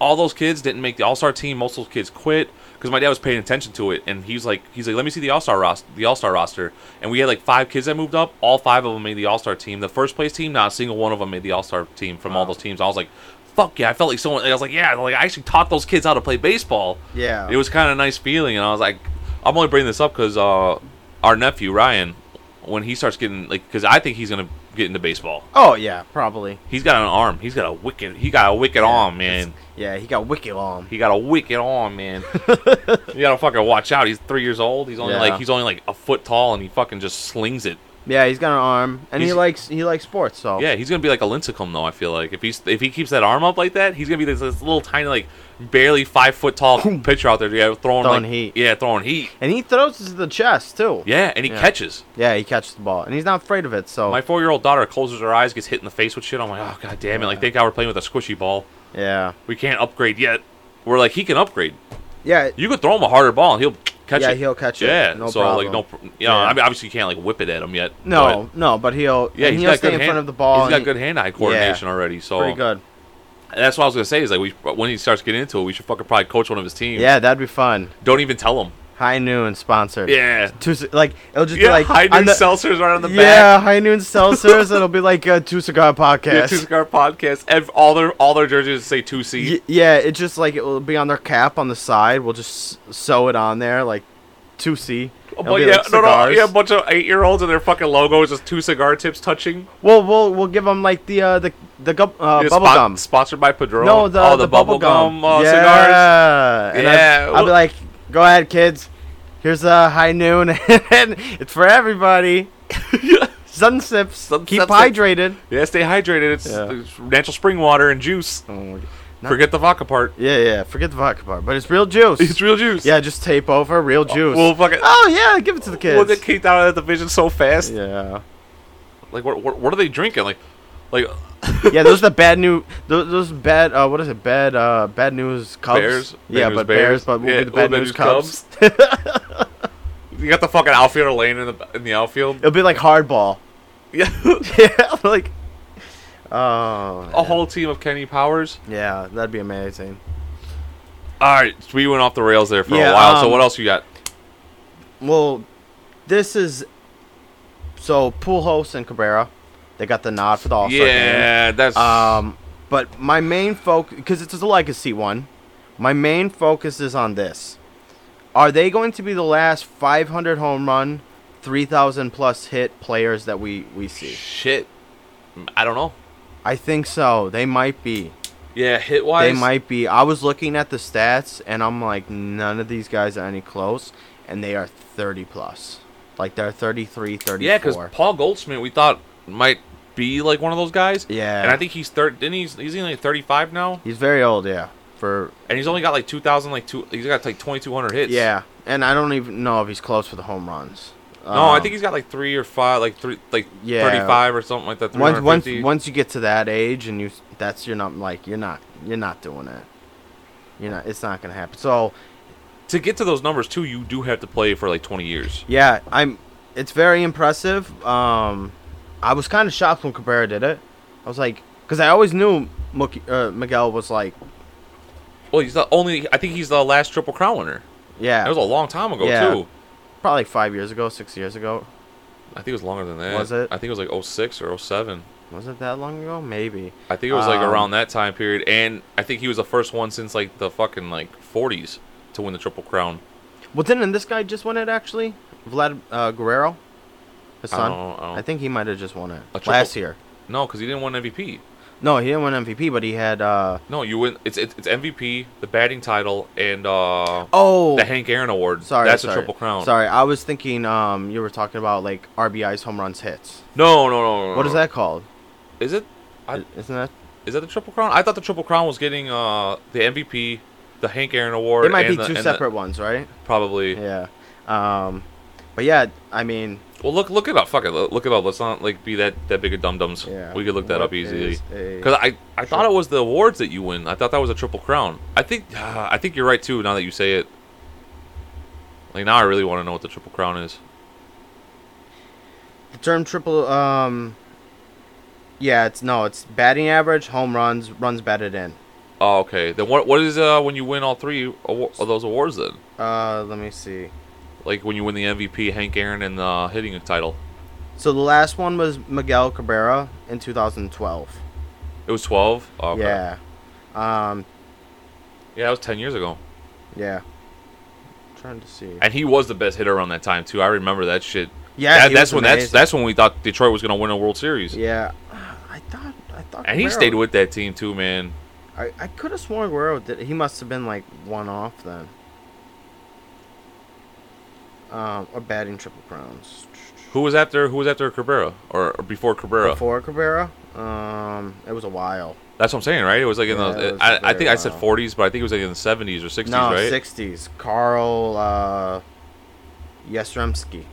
A: All those kids didn't make the All Star team. Most of those kids quit because my dad was paying attention to it, and he's like, he's like, let me see the All Star roster, the All Star roster, and we had like five kids that moved up. All five of them made the All Star team. The first place team, not a single one of them made the All Star team from all
B: Wow.
A: those teams. I was like, fuck yeah! I felt like someone. I was like, yeah, like I actually taught those kids how to play baseball.
B: Yeah.
A: It was kind of a nice feeling, and I was like, I'm only bringing this up because uh, our nephew Ryan, when he starts getting like, because I think he's gonna get into baseball.
B: Oh yeah, probably.
A: He's got an arm. He's got a wicked. He got a wicked arm, Oh, man.
B: Yeah, he got wicked arm.
A: He got a wicked arm, man. you gotta fucking watch out. He's three years old. He's only
B: Yeah.
A: like he's only like a foot tall, and he fucking just slings it.
B: Yeah, he's got an arm, and he
A: He's-
B: likes he likes sports. So
A: Yeah, he's gonna be like a lincecum though. I feel like if he's if he keeps that arm up like that, he's gonna be this, this little tiny like barely five foot tall pitcher out there. Yeah, throwing,
B: Throwing
A: like,
B: heat.
A: Yeah, throwing heat.
B: and he throws it to the chest too.
A: Yeah, and he
B: Yeah. Oh.
A: catches.
B: Yeah, he catches the ball, and he's not afraid of it. So
A: My four year old daughter closes her eyes, gets hit in the face with shit. I'm like, oh god damn it! Like thank God we're playing with a squishy ball.
B: yeah,
A: We can't upgrade yet. We're like he can upgrade.
B: yeah,
A: You could throw him a harder ball and he'll catch
B: yeah.
A: it.
B: He'll catch it.
A: Yeah,
B: no
A: so
B: problem.
A: like no, pr- you know,
B: Yeah.
A: I mean, obviously you can't like whip it at him yet.
B: no, no, but he'll
A: but, yeah,
B: and
A: he's
B: he'll
A: got
B: stay
A: good
B: in
A: hand,
B: front of the ball.
A: He's
B: and
A: got
B: he-
A: good hand-eye coordination already, so
B: pretty good.
A: that's what I was gonna say is like we when he starts getting into it, we should fucking probably coach one of his teams.
B: Yeah, that'd be fun.
A: don't even tell him.
B: High noon sponsored.
A: Yeah,
B: two c- like it'll just
A: yeah,
B: be like
A: high
B: on
A: noon
B: the-
A: seltzers right on the
B: yeah,
A: back.
B: high noon seltzers. it'll be like a two cigar podcast.
A: Yeah, two cigar podcast. Ev- all their all their jerseys say two C.
B: Y- yeah, it just like it will be on their cap on the side. We'll just s- sew it on there, like two C.
A: But yeah, no, no, yeah, a bunch of eight-year-olds and their fucking logo is just two cigar tips touching.
B: Well, we'll we'll give them like the uh, the the gu- uh,
A: Yeah,
B: bubble
A: spot-
B: gum.
A: sponsored by Padron.
B: No, the
A: oh,
B: the,
A: bubble gum, uh,
B: yeah.
A: cigars.
B: And
A: Yeah,
B: I'd- I'll be
A: well-
B: like, go ahead, kids. Here's a high noon, and it's for everybody. Sun sips.
A: Sun
B: Keep
A: sips.
B: hydrated.
A: Yeah, stay hydrated. It's,
B: Yeah.
A: it's natural spring water and juice.
B: Oh my God. Not-
A: Forget the vodka part.
B: Yeah, yeah. Forget the vodka part, but it's real juice.
A: It's real juice.
B: yeah, just tape over real juice.
A: We'll fucking.
B: oh yeah, give it to the kids.
A: We'll get kicked out of the division so fast.
B: yeah.
A: Like, what, what, what are they drinking? Like, like
B: yeah, those are the bad new. Those, those bad. Uh, what is it? Bad. Uh, bad news. Cubs.
A: Bears?
B: Yeah,
A: Bad news
B: but
A: Bears?
B: bears. But we'll
A: Yeah,
B: be the bad, news, Cubs.
A: you got the fucking outfielder lane in the in the outfield.
B: It'll be like hardball.
A: Yeah,
B: yeah, like. Oh.
A: a
B: man.
A: whole team of Kenny Powers.
B: Yeah, that'd be amazing.
A: All right, so we went off the rails there for a
B: Yeah,
A: while. so
B: um,
A: what else you got?
B: Well, this is. So Pulhos and Cabrera, they got the nod for the All Star game.
A: yeah, that's
B: Um, but my main focus, because it's a legacy one, my main focus is on this. Are they going to be the last 500 home run, 3,000 plus hit players that we, we see?
A: shit. I don't know.
B: I think so. They might be.
A: Yeah, hit
B: They
A: wise.
B: might be. I was looking at the stats, and I'm like, none of these guys are any close, and they are 30 plus. Like they're 33, 34.
A: Yeah, because Paul Goldschmidt, we thought might be like one of those guys.
B: Yeah.
A: and I think he's third. Didn't he's he's only like thirty five now,
B: he's very old. Yeah, for
A: and he's only got like two thousand like two. He's got like twenty two hundred hits.
B: yeah, and I don't even know if he's close for the home runs. Um,
A: No, I think he's got like three or five, like three, like
B: Yeah.
A: thirty five or something like that.
B: once once
A: 350.
B: once you get to that age and you that's you're not like you're not you're not doing it. You're not. It's not gonna happen. So
A: to get to those numbers too, you do have to play for like twenty years.
B: yeah, I'm. It's very impressive. Um, I was kind of shocked when Cabrera did it. I was like, because I always knew Mookie, uh, Miguel was like,
A: Well, he's the only. I think he's the last Triple Crown winner.
B: yeah,
A: That was a long time ago
B: Yeah.
A: too.
B: probably five years ago, six years ago.
A: I think it was longer than that.
B: Was it?
A: I think it was like 06 or 07.
B: Was it that long ago? Maybe.
A: I think it was like
B: Um,
A: around that time period, and I think he was the first one since like the fucking like 40s to win the Triple Crown.
B: Well, didn't this guy just win it actually? Vlad uh, Guerrero, his
A: I
B: son.
A: don't- I don't-
B: think he might have just won it
A: A triple-
B: last year.
A: No, because he didn't win MVP.
B: No, he didn't win MVP, but he had. Uh,
A: No, you win. It's it's, it's MVP, the batting title, and uh,
B: oh,
A: the Hank Aaron Award.
B: sorry,
A: that's
B: sorry.
A: a Triple Crown.
B: Sorry, I was thinking um, you were talking about like RBIs, home runs, hits.
A: No, no, no, no.
B: What is
A: no.
B: that called?
A: Is it? Uh-huh. I-
B: Isn't that?
A: Is that the Triple Crown? I thought the Triple Crown was getting uh the MVP, the Hank Aaron Award.
B: It might be
A: and the-
B: two
A: and the-
B: separate ones, right?
A: probably.
B: Yeah. Um, but yeah, I mean,
A: Well, look look it up. Fuck it, lo- look it up. Let's not like be that that big of dum dums.
B: yeah.
A: We could look that
B: What
A: up easily.
B: is a-
A: Because I, I thought it was the awards that you win. I thought that was a triple crown. I think I think you're right too. Now that you say it, like now I really want to know what the triple crown is.
B: The term triple. Um, yeah, it's no, it's batting average, home runs, runs batted in.
A: Oh, okay. Then what what is uh when you win all three awa- of those awards then?
B: Uh, let me see.
A: Like when you win the MVP, Hank Aaron, and the hitting title.
B: So the last one was Miguel Cabrera in 2012.
A: It was twelve. Oh, okay.
B: Yeah. Um,
A: Yeah, that was ten years ago,
B: yeah. trying to see.
A: and he was the best hitter around that time too. I remember that shit.
B: Yeah,
A: That-
B: he
A: that's
B: was
A: when that's
B: amazing.
A: that's when we thought Detroit was gonna win a World Series.
B: Yeah, I thought I thought.
A: And he
B: Guerrero-
A: stayed with that team too, man.
B: I, I could have sworn Guerrero did. He must have been like one off then. Um, or batting triple crowns
A: Who was after Who was after Cabrera or, or before Cabrera?
B: before Cabrera. Um, it was a while.
A: That's what I'm saying, right? It was like in
B: Yeah, it
A: the
B: was
A: I, I
B: very
A: think I said
B: wild.
A: 40s, but I think it was like in the 70s or 60s,
B: no,
A: right?
B: 60s. Carl uh, Yastrzemski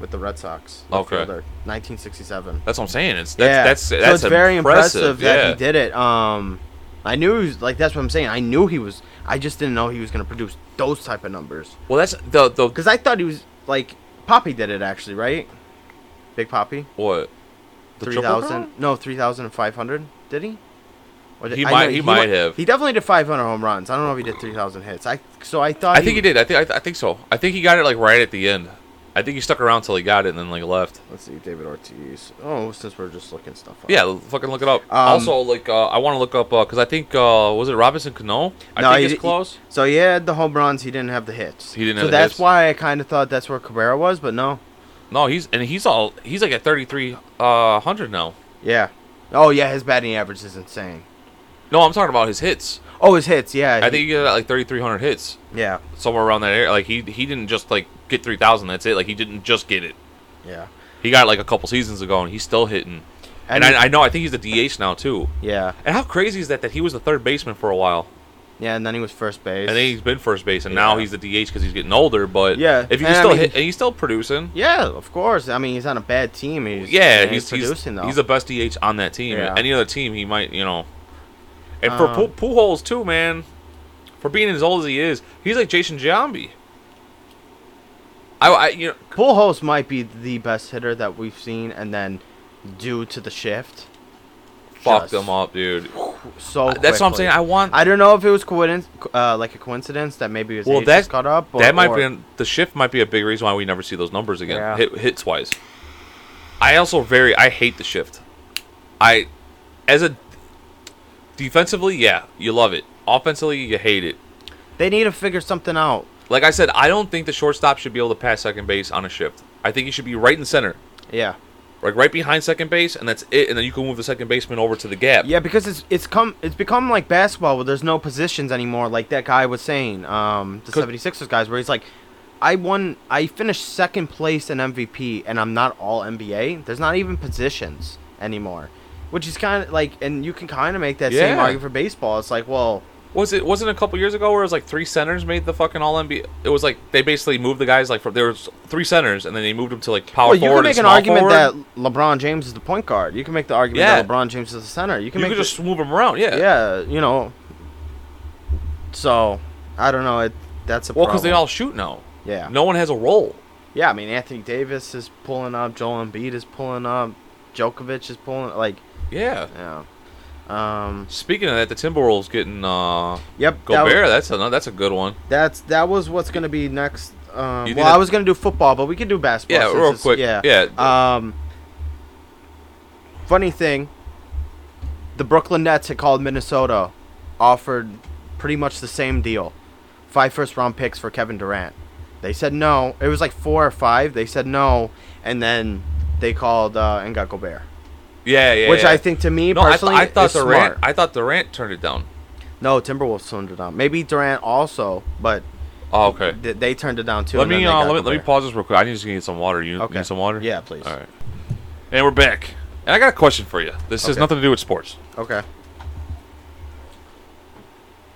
B: with the Red Sox. left
A: Okay.
B: fielder, 1967.
A: That's what I'm saying. It's that's that's
B: so
A: that's
B: it's very impressive that
A: yeah.
B: he did it. Um, I knew he was, like that's what I'm saying. I knew he was. I just didn't know he was going to produce those type of numbers
A: Well, that's the the
B: because I thought he was like Poppy did it actually, right? Big Poppy,
A: what The
B: three
A: triple
B: thousand.
A: crown?
B: No, three thousand five hundred. Did he? Or did-
A: He
B: I
A: might-
B: know
A: he might
B: wa-
A: have.
B: He definitely did 500 home runs. I don't know if he did 3,000 hits. I so I thought.
A: I think he did. I think I, I think so. I think he got it like right at the end. I think he stuck around till he got it and then like left.
B: Let's see, David Ortiz. Oh, since we're just looking stuff up.
A: Yeah, l- fucking look it up.
B: Um,
A: also, like uh, I want to look up because I think uh, was it Robinson Cano? I
B: No,
A: think
B: he
A: it's
B: di-
A: close.
B: So he had the home runs. He didn't have the hits.
A: He didn't
B: So
A: have the
B: that's
A: hits.
B: why I kind of thought that's where Cabrera was, but no.
A: No, he's and he's all he's like at 33 uh, hundred now.
B: Yeah. Oh yeah, his batting average is insane.
A: No, I'm talking about his hits.
B: Oh, his hits. Yeah.
A: I
B: he-
A: think he got like 3,300 hits.
B: Yeah.
A: somewhere around that area. Like he he didn't just like get three thousand. That's it. Like he didn't just get it.
B: Yeah.
A: He got it, like a couple seasons ago, and he's still hitting. And,
B: And-
A: I, I know I think he's the DH now too.
B: Yeah.
A: And how crazy is that that he was the third baseman for a while,
B: Yeah. And then he was first base.
A: and then he's been first base, and now
B: Yeah.
A: he's the DH because he's getting older. But
B: Yeah,
A: if he
B: and I
A: still
B: mean-
A: hit, and he's still producing.
B: yeah, of course. I mean, he's on a bad team. He's
A: Yeah,
B: and
A: he's he's,
B: producing though.
A: he's the best DH on that team.
B: Yeah.
A: Any other team, he might you know. And for
B: Um,
A: Pu- Pujols too, man, for being as old as he is, he's like Jason Giambi. I, I you know
B: Pujols might be the best hitter that we've seen, and then due to the shift,
A: fucked
B: Just
A: him up, dude.
B: So
A: Uh, That's what I'm
B: quickly.
A: saying. I want
B: I don't know if it was coincidence, uh, like a coincidence that maybe his
A: Well,
B: well, age just
A: that-
B: caught up. Or,
A: that might
B: or-
A: be an- the shift might be a big reason why we never see those numbers again
B: Yeah.
A: hit, hits wise. I also very I hate the shift. I as a defensively, yeah, you love it. Offensively, you hate it.
B: They need to figure something out.
A: Like I said, I don't think the shortstop should be able to pass second base on a shift. I think he should be right in center,
B: Yeah.
A: like right behind second base, and that's it. And then you can move the second baseman over to the gap.
B: Yeah, because it's it's come it's become like basketball where there's no positions anymore. Like that guy was saying, um, the
A: Could-
B: 76ers guys, where he's like, I won, I finished second place in MVP, and I'm not all NBA. There's not even positions anymore, which is kind of like, and you can kind of make that same
A: Yeah.
B: argument for baseball. It's like, well,
A: Was it wasn't it a couple years ago where it was like three centers made the fucking All NBA? It was like they basically moved the guys like from there was three centers, and then they moved them to like power
B: well, you
A: forward
B: can make
A: and
B: an
A: small
B: argument
A: forward.
B: that LeBron James is the point guard. You can make the argument
A: Yeah.
B: that LeBron James is the center. You can
A: you
B: make
A: could
B: the-
A: just move them around. Yeah,
B: yeah, you know. So, I don't know. It that's a
A: Well, because they
B: problem.
A: all shoot now.
B: yeah
A: No one has a role.
B: Yeah, I mean Anthony Davis is pulling up, Joel Embiid is pulling up, Djokovic is pulling like
A: Yeah.
B: yeah. Um
A: Speaking of that, the Timberwolves getting uh
B: yep, that,
A: Gobert.
B: was-
A: that's a that's a good one.
B: that's that was what's going to be next um
A: You
B: well,
A: think
B: I
A: that-
B: was going to do football, but we can do basketball.
A: Yeah,
B: since
A: real
B: it's-
A: quick.
B: Yeah.
A: yeah.
B: Um funny thing, the Brooklyn Nets had called Minnesota, offered pretty much the same deal. Five first round picks for Kevin Durant. They said no. It was like four or five. They said no, and then they called uh, and got Gobert.
A: yeah, yeah.
B: which
A: yeah.
B: I think to me
A: No, I, th-
B: personally,
A: I thought
B: is
A: Durant.
B: smart.
A: I thought Durant turned it down.
B: no, Timberwolves turned it down. Maybe Durant also, but
A: Oh, okay.
B: th- they turned it down too.
A: Let
B: and then
A: me
B: they
A: uh,
B: got
A: let me let me
B: Gobert.
A: pause this real quick. I need to get some water. You
B: Okay.
A: need some water?
B: Yeah, please.
A: All right. And we're back. And I got a question for you. This has
B: Okay.
A: nothing to do with sports.
B: Okay.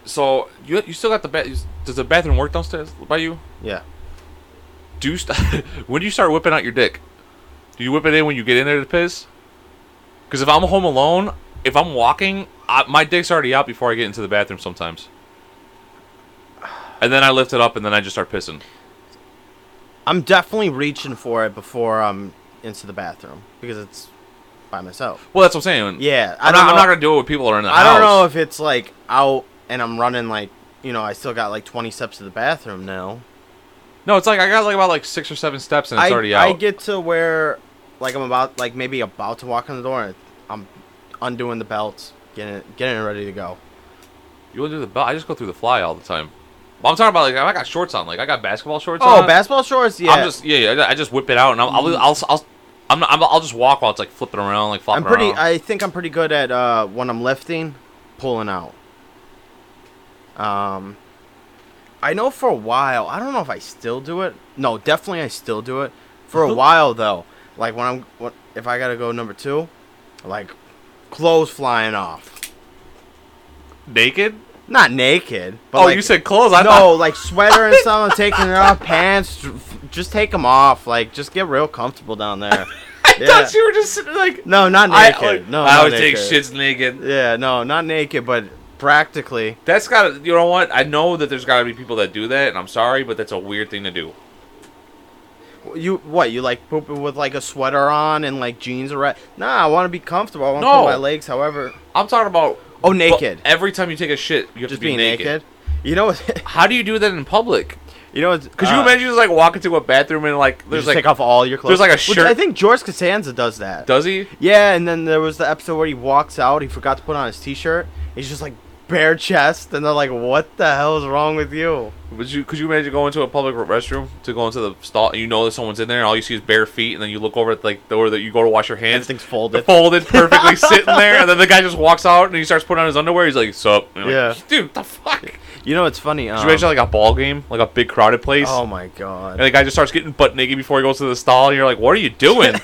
A: So you you still got the bath? Does the bathroom work downstairs by you?
B: Yeah.
A: Do you st- when do you start whipping out your dick? Do you whip it in when you get in there to piss? Because if I'm home alone, if I'm walking, I, my dick's already out before I get into the bathroom sometimes. And then I lift it up, and then I just start pissing.
B: I'm definitely reaching for it before I'm into the bathroom because it's by myself.
A: Well, that's what I'm saying.
B: Yeah, I
A: I'm
B: don't
A: not, I'm
B: know-
A: not gonna do it with people that are in the
B: I
A: house.
B: don't know if it's like out and I'm running like you know I still got like 20 steps to the bathroom now.
A: No, it's like I got like about like six or seven steps, and it's
B: I
A: already out.
B: I get to where like I'm about like maybe about to walk in the door and I'm undoing the belts, getting it, getting it ready to go.
A: You want to do the belt? I just go through the fly all the time. Well, I'm talking about like I got shorts on, like I got basketball shorts.
B: Oh,
A: on.
B: basketball shorts. Yeah, Mm.
A: I'm just yeah, yeah. I ju- I just whip it out, and I'm, I'll, I'll, I'll, I'm not, I'm, I'll just walk while it's like flipping around, like flopping
B: I'm pretty.
A: around.
B: I think I'm pretty good at uh, when I'm lifting, pulling out. Um, I know for a while. I don't know if I still do it. No, definitely I still do it. For a while though, like when I'm when, if I gotta go number two, like clothes flying off.
A: naked.
B: Not naked. But
A: oh,
B: like,
A: you said clothes. I
B: no,
A: thought
B: like sweater and stuff. I'm taking it off. Pants, just take them off. Like just get real comfortable down there.
A: I
B: Yeah.
A: thought you were just sitting, like
B: No, not
A: I,
B: naked.
A: like,
B: no,
A: I
B: not
A: always
B: naked.
A: take shits naked.
B: Yeah, no, not naked, but practically.
A: That's gotta. You know what? I know that there's gotta be people that do that, and I'm sorry, but that's a weird thing to do.
B: You what? You like pooping with like a sweater on and like jeans around? Nah, I want to be comfortable. I want to
A: No.
B: put my legs, however.
A: I'm talking about
B: Oh, naked.
A: but every time you take a shit, you have to
B: Just
A: be
B: being naked. You know what?
A: How do you do that in public?
B: you know. Could
A: Could you imagine just like walking to a bathroom and like there's
B: There's
A: like
B: Uh, take off all your clothes.
A: there's, like, a
B: Which
A: shirt-
B: I think George Costanza does that.
A: does he?
B: yeah, and then there was the episode where he walks out. He forgot to put on his t-shirt. He's just like bare chest, and they're like, "What the hell is wrong with you?"
A: Would you could you imagine going to a public restroom to go into the stall and you know that someone's in there and all you see is bare feet and then you look over at like the or that you go to wash your hands
B: Everything's folded.
A: folded perfectly sitting there and then the guy just walks out and he starts putting on his underwear he's like sup And you're like,
B: Yeah.
A: dude what the fuck could
B: you know, it's funny.
A: you
B: Um,
A: imagine like a ball game like a big crowded place
B: oh my god.
A: and the guy just starts getting butt naked before he goes to the stall and you're like what are you doing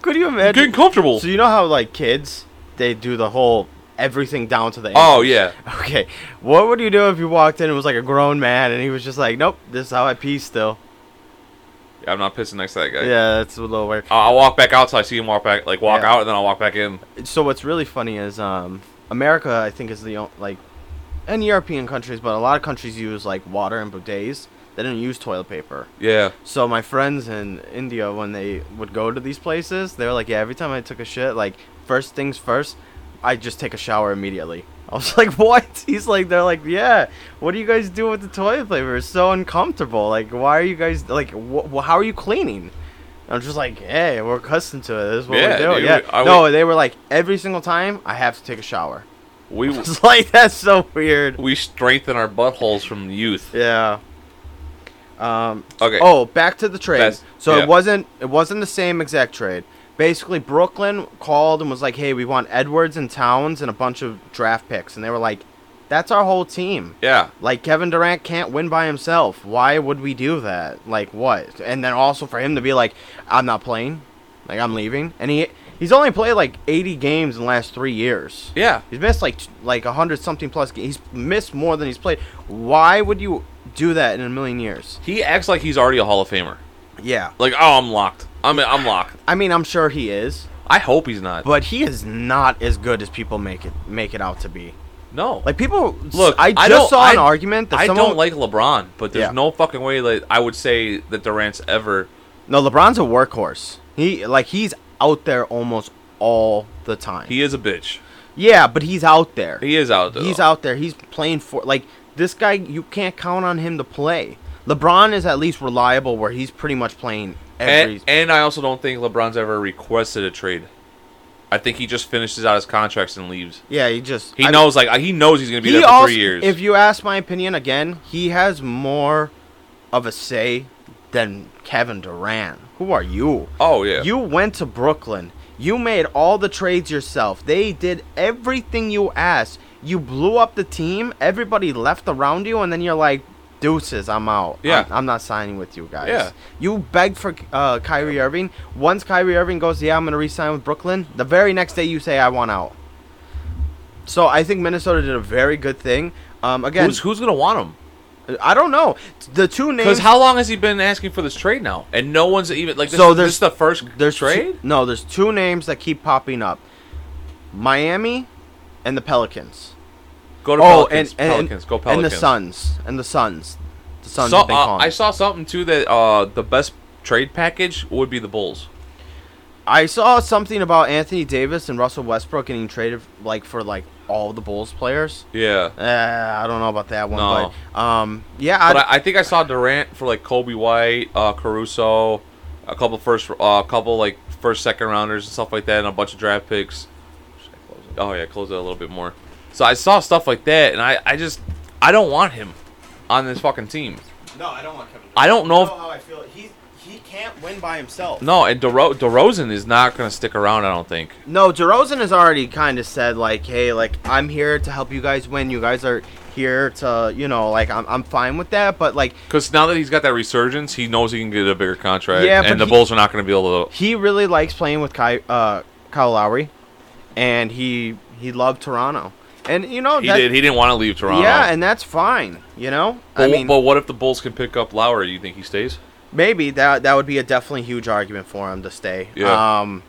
B: Could you
A: You're
B: imagine?
A: getting comfortable
B: So you know how like kids, they do the whole everything down to the
A: oh yeah
B: ankle. Okay, what would you do if you walked in and was like a grown man and he was just like, nope, this is how I pee still.
A: Yeah, I'm not pissing next to that guy
B: Yeah, that's a little weird.
A: I- I'll walk back out so I see him walk back like walk
B: Yeah.
A: out and then I'll walk back in
B: So what's really funny is um, America, I think, is the o- like, and European countries, but a lot of countries use like water and bidets. They didn't use toilet paper.
A: yeah
B: So my friends in India, when they would go to these places, they were like, "Yeah, every time I took a shit, like first things first, I just take a shower immediately." I was like, "What?" He's like, "They're like, yeah. What do you guys do with the toilet paper? It's so uncomfortable. Like, why are you guys like? Wh- wh- how are you cleaning?" And I'm just like, "Hey, we're accustomed to it. This is what
A: Yeah,
B: we do."
A: dude,
B: yeah.
A: I
B: no, they were like, every single time I have to take a shower.
A: we
B: It's like that's so weird.
A: we strengthen our buttholes from youth
B: Yeah. Um,
A: okay
B: Oh, back to the trade.
A: That's-
B: so
A: yeah.
B: it wasn't it wasn't the same exact trade. basically Brooklyn called and was like, "Hey, we want Edwards and Towns and a bunch of draft picks," and they were like, "That's our whole team."
A: Yeah.
B: Like Kevin Durant can't win by himself. Why would we do that? Like what? And then also for him to be like, "I'm not playing," like I'm leaving, and he he's only played like 80 games in the last three years.
A: Yeah.
B: He's missed like t- like a hundred something plus. ga- He's missed more than he's played. Why would you do that in a million years?
A: He acts like he's already a Hall of Famer.
B: Yeah,
A: Like, oh, I'm locked. I'm I'm locked.
B: I mean, I'm sure he is,
A: I hope he's not.
B: but he is not as good as people make it make it out to be.
A: no.
B: Like people,
A: Look,
B: I just
A: I don't-
B: saw an
A: I-
B: argument that
A: I
B: someone,
A: don't like LeBron, but there's
B: Yeah.
A: no fucking way that I would say that Durant's ever.
B: No, LeBron's a workhorse. He like he's out there almost all the time.
A: He is a bitch.
B: yeah, but he's out there.
A: He is out there.
B: He's
A: though.
B: out there. He's playing for like this guy. You can't count on him to play. LeBron is at least reliable where he's pretty much playing every.
A: And, and I also don't think LeBron's ever requested a trade. I think he just finishes out his contracts and leaves.
B: yeah, he just
A: He
B: I-
A: knows, like he knows he's gonna be
B: He
A: there for
B: also,
A: three years.
B: if you ask my opinion again, he has more of a say than Kevin Durant. Who are you?
A: oh yeah,
B: You went to Brooklyn. You made all the trades yourself. They did everything you asked. You blew up the team. Everybody left around you, and then you're like, deuces, I'm out.
A: Yeah.
B: I'm, I'm not signing with you guys.
A: Yeah.
B: You begged for uh, Kyrie Irving. Once Kyrie Irving goes, yeah, I'm going to re sign with Brooklyn, the very next day you say, I want out. So I think Minnesota did a very good thing. Um, again,
A: who's who's gonna want him?
B: I don't know. The two
A: Because
B: names.
A: how long has he been asking for this trade now? And no one's even like. This,
B: So
A: so this
B: there's-
A: is the first
B: There's
A: trade.
B: two- no, there's two names that keep popping up: Miami and the Pelicans.
A: Go to
B: oh,
A: Pelicans.
B: and, and
A: Pelicans. Go Pelicans.
B: And the Suns. And the Suns. The Suns.
A: So-
B: have been
A: uh,
B: calling.
A: I saw something too that uh, the best trade package would be the Bulls.
B: I saw something about Anthony Davis and Russell Westbrook getting traded like for like all the Bulls players.
A: Yeah,
B: Uh, I don't know about that one,
A: No.
B: but um, yeah,
A: but
B: I,
A: I, I think I saw Durant for like Kobe White, uh, Caruso, a couple first, uh, a couple like first second rounders and stuff like that, and a bunch of draft picks. Oh yeah, close it a little bit more. So I saw stuff like that, and I, I just I don't want him on this fucking team.
B: no, I don't want Kevin.
A: I don't know if-
B: how I feel. He he can't win by himself.
A: No, and DeRo- DeRozan is not gonna stick around. I don't think.
B: No, DeRozan has already kind of said like, "Hey, like I'm here to help you guys win. You guys are here to, you know, like I'm, I'm fine with that." But like
A: Because now that he's got that resurgence, he knows he can get a bigger contract.
B: Yeah, but
A: and the
B: he-
A: Bulls are not going to be able to.
B: he really likes playing with Ky- uh, Kyle Lowry, and he he loved Toronto, and you know
A: He
B: that-
A: did. He didn't want to leave Toronto.
B: yeah, and that's fine. You know,
A: but,
B: I mean,
A: but what if the Bulls can pick up Lowry? You think he stays?
B: maybe that that would be a definitely huge argument for him to stay.
A: Yeah.
B: Um,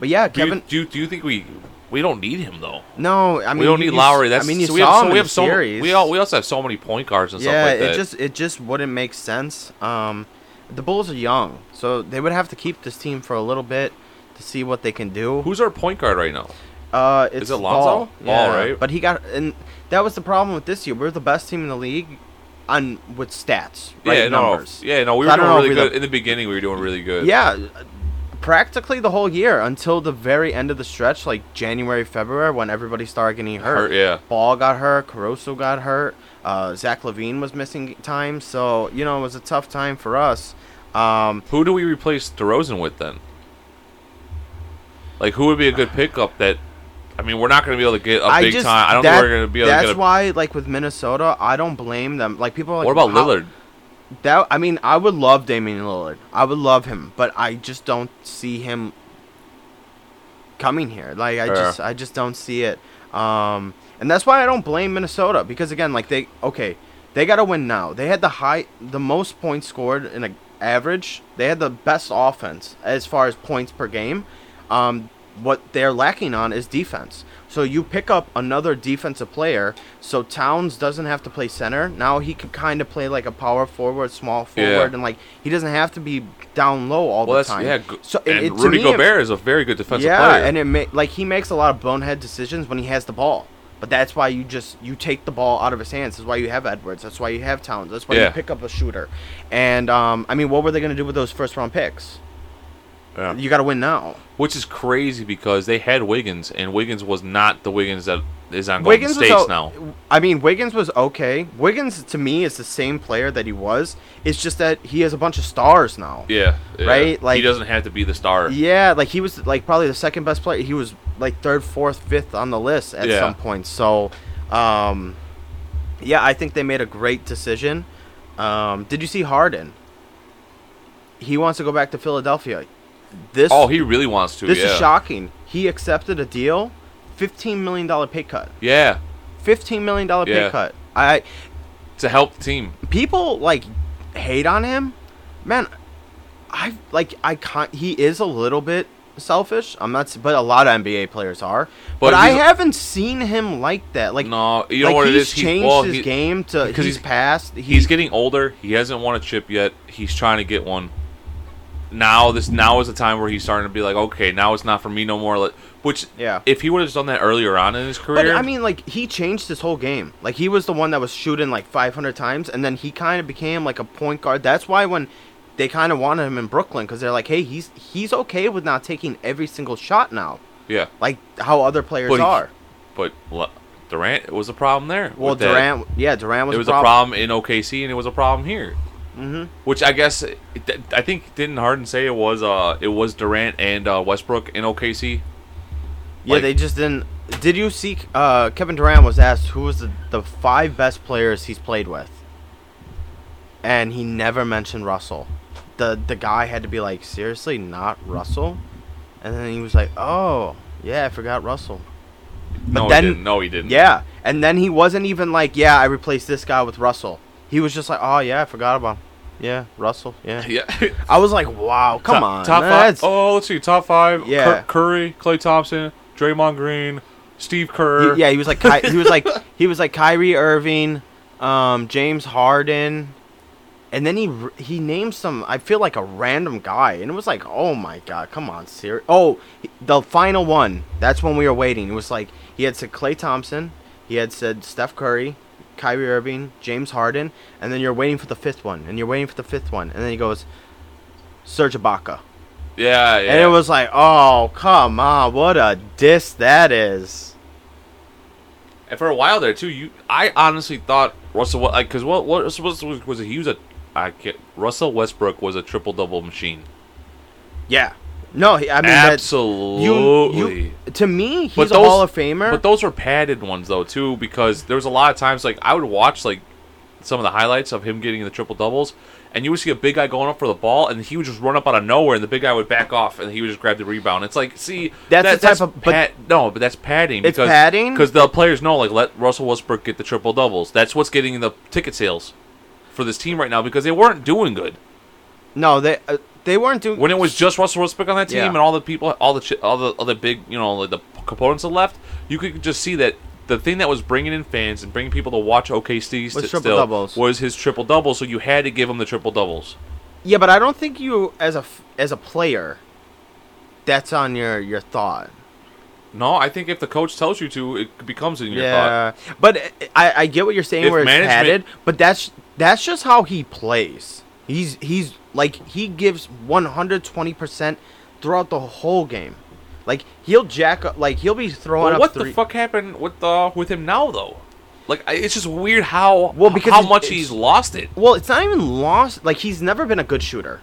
B: but yeah,
A: Do you,
B: Kevin.
A: do, you, do you think we we don't need him though?
B: no, I mean
A: we don't
B: you-
A: need
B: you s-
A: Lowry. That's
B: I mean, you
A: so
B: saw
A: we have,
B: him
A: so
B: in
A: we have so
B: series.
A: we all we also have so many point guards and
B: yeah,
A: stuff like that.
B: it just it just wouldn't make sense. Um, the Bulls are young, so they would have to keep this team for a little bit to see what they can do.
A: Who's our point guard right now?
B: uh, it's
A: it Lonzo?
B: Ball,
A: Ball, right?
B: But he got and that was the problem with this year. We're the best team in the league on with stats, right?
A: yeah, no,
B: Numbers.
A: yeah, no. We
B: So
A: were
B: I don't
A: doing
B: know
A: really
B: if we
A: good
B: the-
A: in the beginning. We were doing really good.
B: Yeah, practically the whole year until the very end of the stretch, like January, February, when everybody started getting hurt.
A: Hurt, yeah.
B: Ball got hurt, Caruso got hurt, uh, Zach Levine was missing time, so you know it was a tough time for us. Um,
A: Who do we replace DeRozan with then? Like, who would be a good pickup? That I mean, we're not going to be able to get a
B: I
A: big
B: just
A: time. I don't
B: that-
A: think we're going to be able to
B: That's
A: get a.
B: why, like with Minnesota, I don't blame them. Like people are like,
A: what about
B: "How-"
A: Lillard?
B: That I mean, I would love Damian Lillard. I would love him, but I just don't see him coming here. Like I
A: Yeah.
B: just I just don't see it. Um and that's why I don't blame Minnesota because again, like they okay, they got to win now. They had the high the most points scored in a average. They had the best offense as far as points per game. Um what they're lacking on is defense. So you pick up another defensive player, so Towns doesn't have to play center. Now he can kind of play like a power forward, small
A: Yeah.
B: forward, and like he doesn't have to be down low all
A: Well,
B: the
A: that's
B: time.
A: yeah. Go,
B: so it-
A: and
B: it- to
A: Rudy
B: me, it-
A: Gobert is a very good defensive
B: yeah,
A: player.
B: and it ma- like he makes a lot of bonehead decisions when he has the ball. But that's why you just you take the ball out of his hands. That's why you have Edwards. That's why you have Towns. That's why
A: Yeah.
B: you pick up a shooter. And um, I mean, what were they going to do with those first round picks?
A: Yeah.
B: You got to win now.
A: which is crazy because they had Wiggins, and Wiggins was not the Wiggins that is on Golden
B: Wiggins
A: State's
B: was o-
A: now.
B: I mean, Wiggins was okay. Wiggins to me is the same player that he was. It's just that he has a bunch of stars now.
A: Yeah, yeah.
B: Right,
A: he
B: like-
A: doesn't have to be the star.
B: Yeah, like he was like probably the second best player. He was like third, fourth, fifth on the list at
A: Yeah.
B: some point. So, um, yeah, I think they made a great decision. Um, did you see Harden? He wants to go back to Philadelphia. This
A: Oh, he really wants to.
B: this
A: yeah.
B: is shocking. He accepted a deal, fifteen million dollar pay cut.
A: Yeah,
B: Fifteen million dollar pay
A: Yeah.
B: cut. I
A: to help the team.
B: people like hate on him man i like i can't he is a little bit selfish i'm not s- but a lot of nba players are
A: But
B: but, i
A: he's-
B: haven't seen him like that like
A: No, you know
B: like
A: what
B: he's
A: it is. He-
B: changed
A: well,
B: his
A: he-
B: game to
A: because
B: because he's,
A: he's-
B: passed he-
A: He's getting older. He hasn't won a chip yet. He's trying to get one. Now this now is the time where he's starting to be like, okay, now it's not for me no more. Like, which
B: Yeah.
A: if he would have done that earlier on in his
B: but
A: career,
B: i mean like he changed his whole game like he was the one that was shooting like 500 times and then he kind of became like a point guard that's why when they kind of wanted him in brooklyn because they're like hey he's he's okay with not taking every single shot now
A: yeah,
B: like how other players
A: But he-
B: are
A: but Le- Durant was a problem there.
B: Well,
A: with that.
B: Durant, yeah, Durant was,
A: it was
B: a
A: a
B: problem.
A: problem in OKC, and it was a problem here. Mm-hmm. Which I guess it- th- I think didn't Harden say it was uh it was Durant and uh, Westbrook in OKC.
B: Yeah,
A: Like-
B: they just didn't. Did you see? Uh, Kevin Durant was asked who was the, the five best players he's played with, and he never mentioned Russell. the The guy had to be like, seriously, not Russell, and then he was like, oh yeah, I forgot Russell.
A: no,
B: then-
A: he didn't. No, he didn't.
B: Yeah, and then he wasn't even like, yeah, I replaced this guy with Russell. He was just like, oh yeah, I forgot about him. Yeah, Russell. Yeah,
A: yeah.
B: I was like, wow, come
A: top,
B: on,
A: Top five.
B: that's-
A: Oh, let's see. Top five.
B: Yeah.
A: Kirk Curry, Clay Thompson, Draymond Green, Steve Kerr.
B: He- yeah, he was like Ky- he was like he was like Kyrie Irving, um, James Harden, and then he r- he named some. I feel like a random guy, and it was like, oh my god, come on, serious. Oh, the final one. That's when we were waiting. It was like he had said Clay Thompson, he had said Steph Curry, Kyrie Irving, James Harden, and then you're waiting for the fifth one, and you're waiting for the fifth one, and then he goes, Serge Ibaka.
A: Yeah. yeah.
B: And it was like, oh, come on, what a diss that is.
A: And for a while there too, you I honestly thought Russell Wa- like because what what Russell Westbrook was he was a I can't, Russell Westbrook was a triple double machine.
B: Yeah. No, he- I mean that's
A: Absolutely.
B: to me, he's
A: But
B: a
A: those-
B: Hall of Famer.
A: But those were padded ones though too, because there was a lot of times like I would watch like some of the highlights of him getting the triple doubles, and you would see a big guy going up for the ball, and he would just run up out of nowhere, and the big guy would back off, and he would just grab the rebound. It's like, see,
B: That's the type of- but-
A: pad, no, but that's padding.
B: It's padding?
A: because the players know like let Russell Westbrook get the triple doubles. That's what's getting the ticket sales for this team right now because they weren't doing good
B: no, they uh, they weren't doing.
A: when it was just Russell Westbrook on that team
B: Yeah.
A: and all the people, all the chi- all the other big, you know, like the p- components that left, you could just see that the thing that was bringing in fans and bringing people to watch OKC st-
B: triple
A: still
B: doubles.
A: was his triple double. So you had to give him the triple doubles.
B: yeah, but I don't think you as a f- as a player, that's on your your thought.
A: No, I think if the coach tells you to, it becomes in your thought.
B: yeah, but uh, I I get what you're saying
A: If
B: where it's
A: management-
B: padded, but that's that's just how he plays. He's he's like he gives 120 percent throughout the whole game. Like he'll jack up, like he'll be throwing
A: Well,
B: up.
A: what
B: three-
A: the fuck happened with uh, with him now though? Like I- it's just weird how
B: Well, because
A: how
B: it's-
A: much
B: it's-
A: he's lost it.
B: Well, it's not even lost. Like he's never been a good shooter.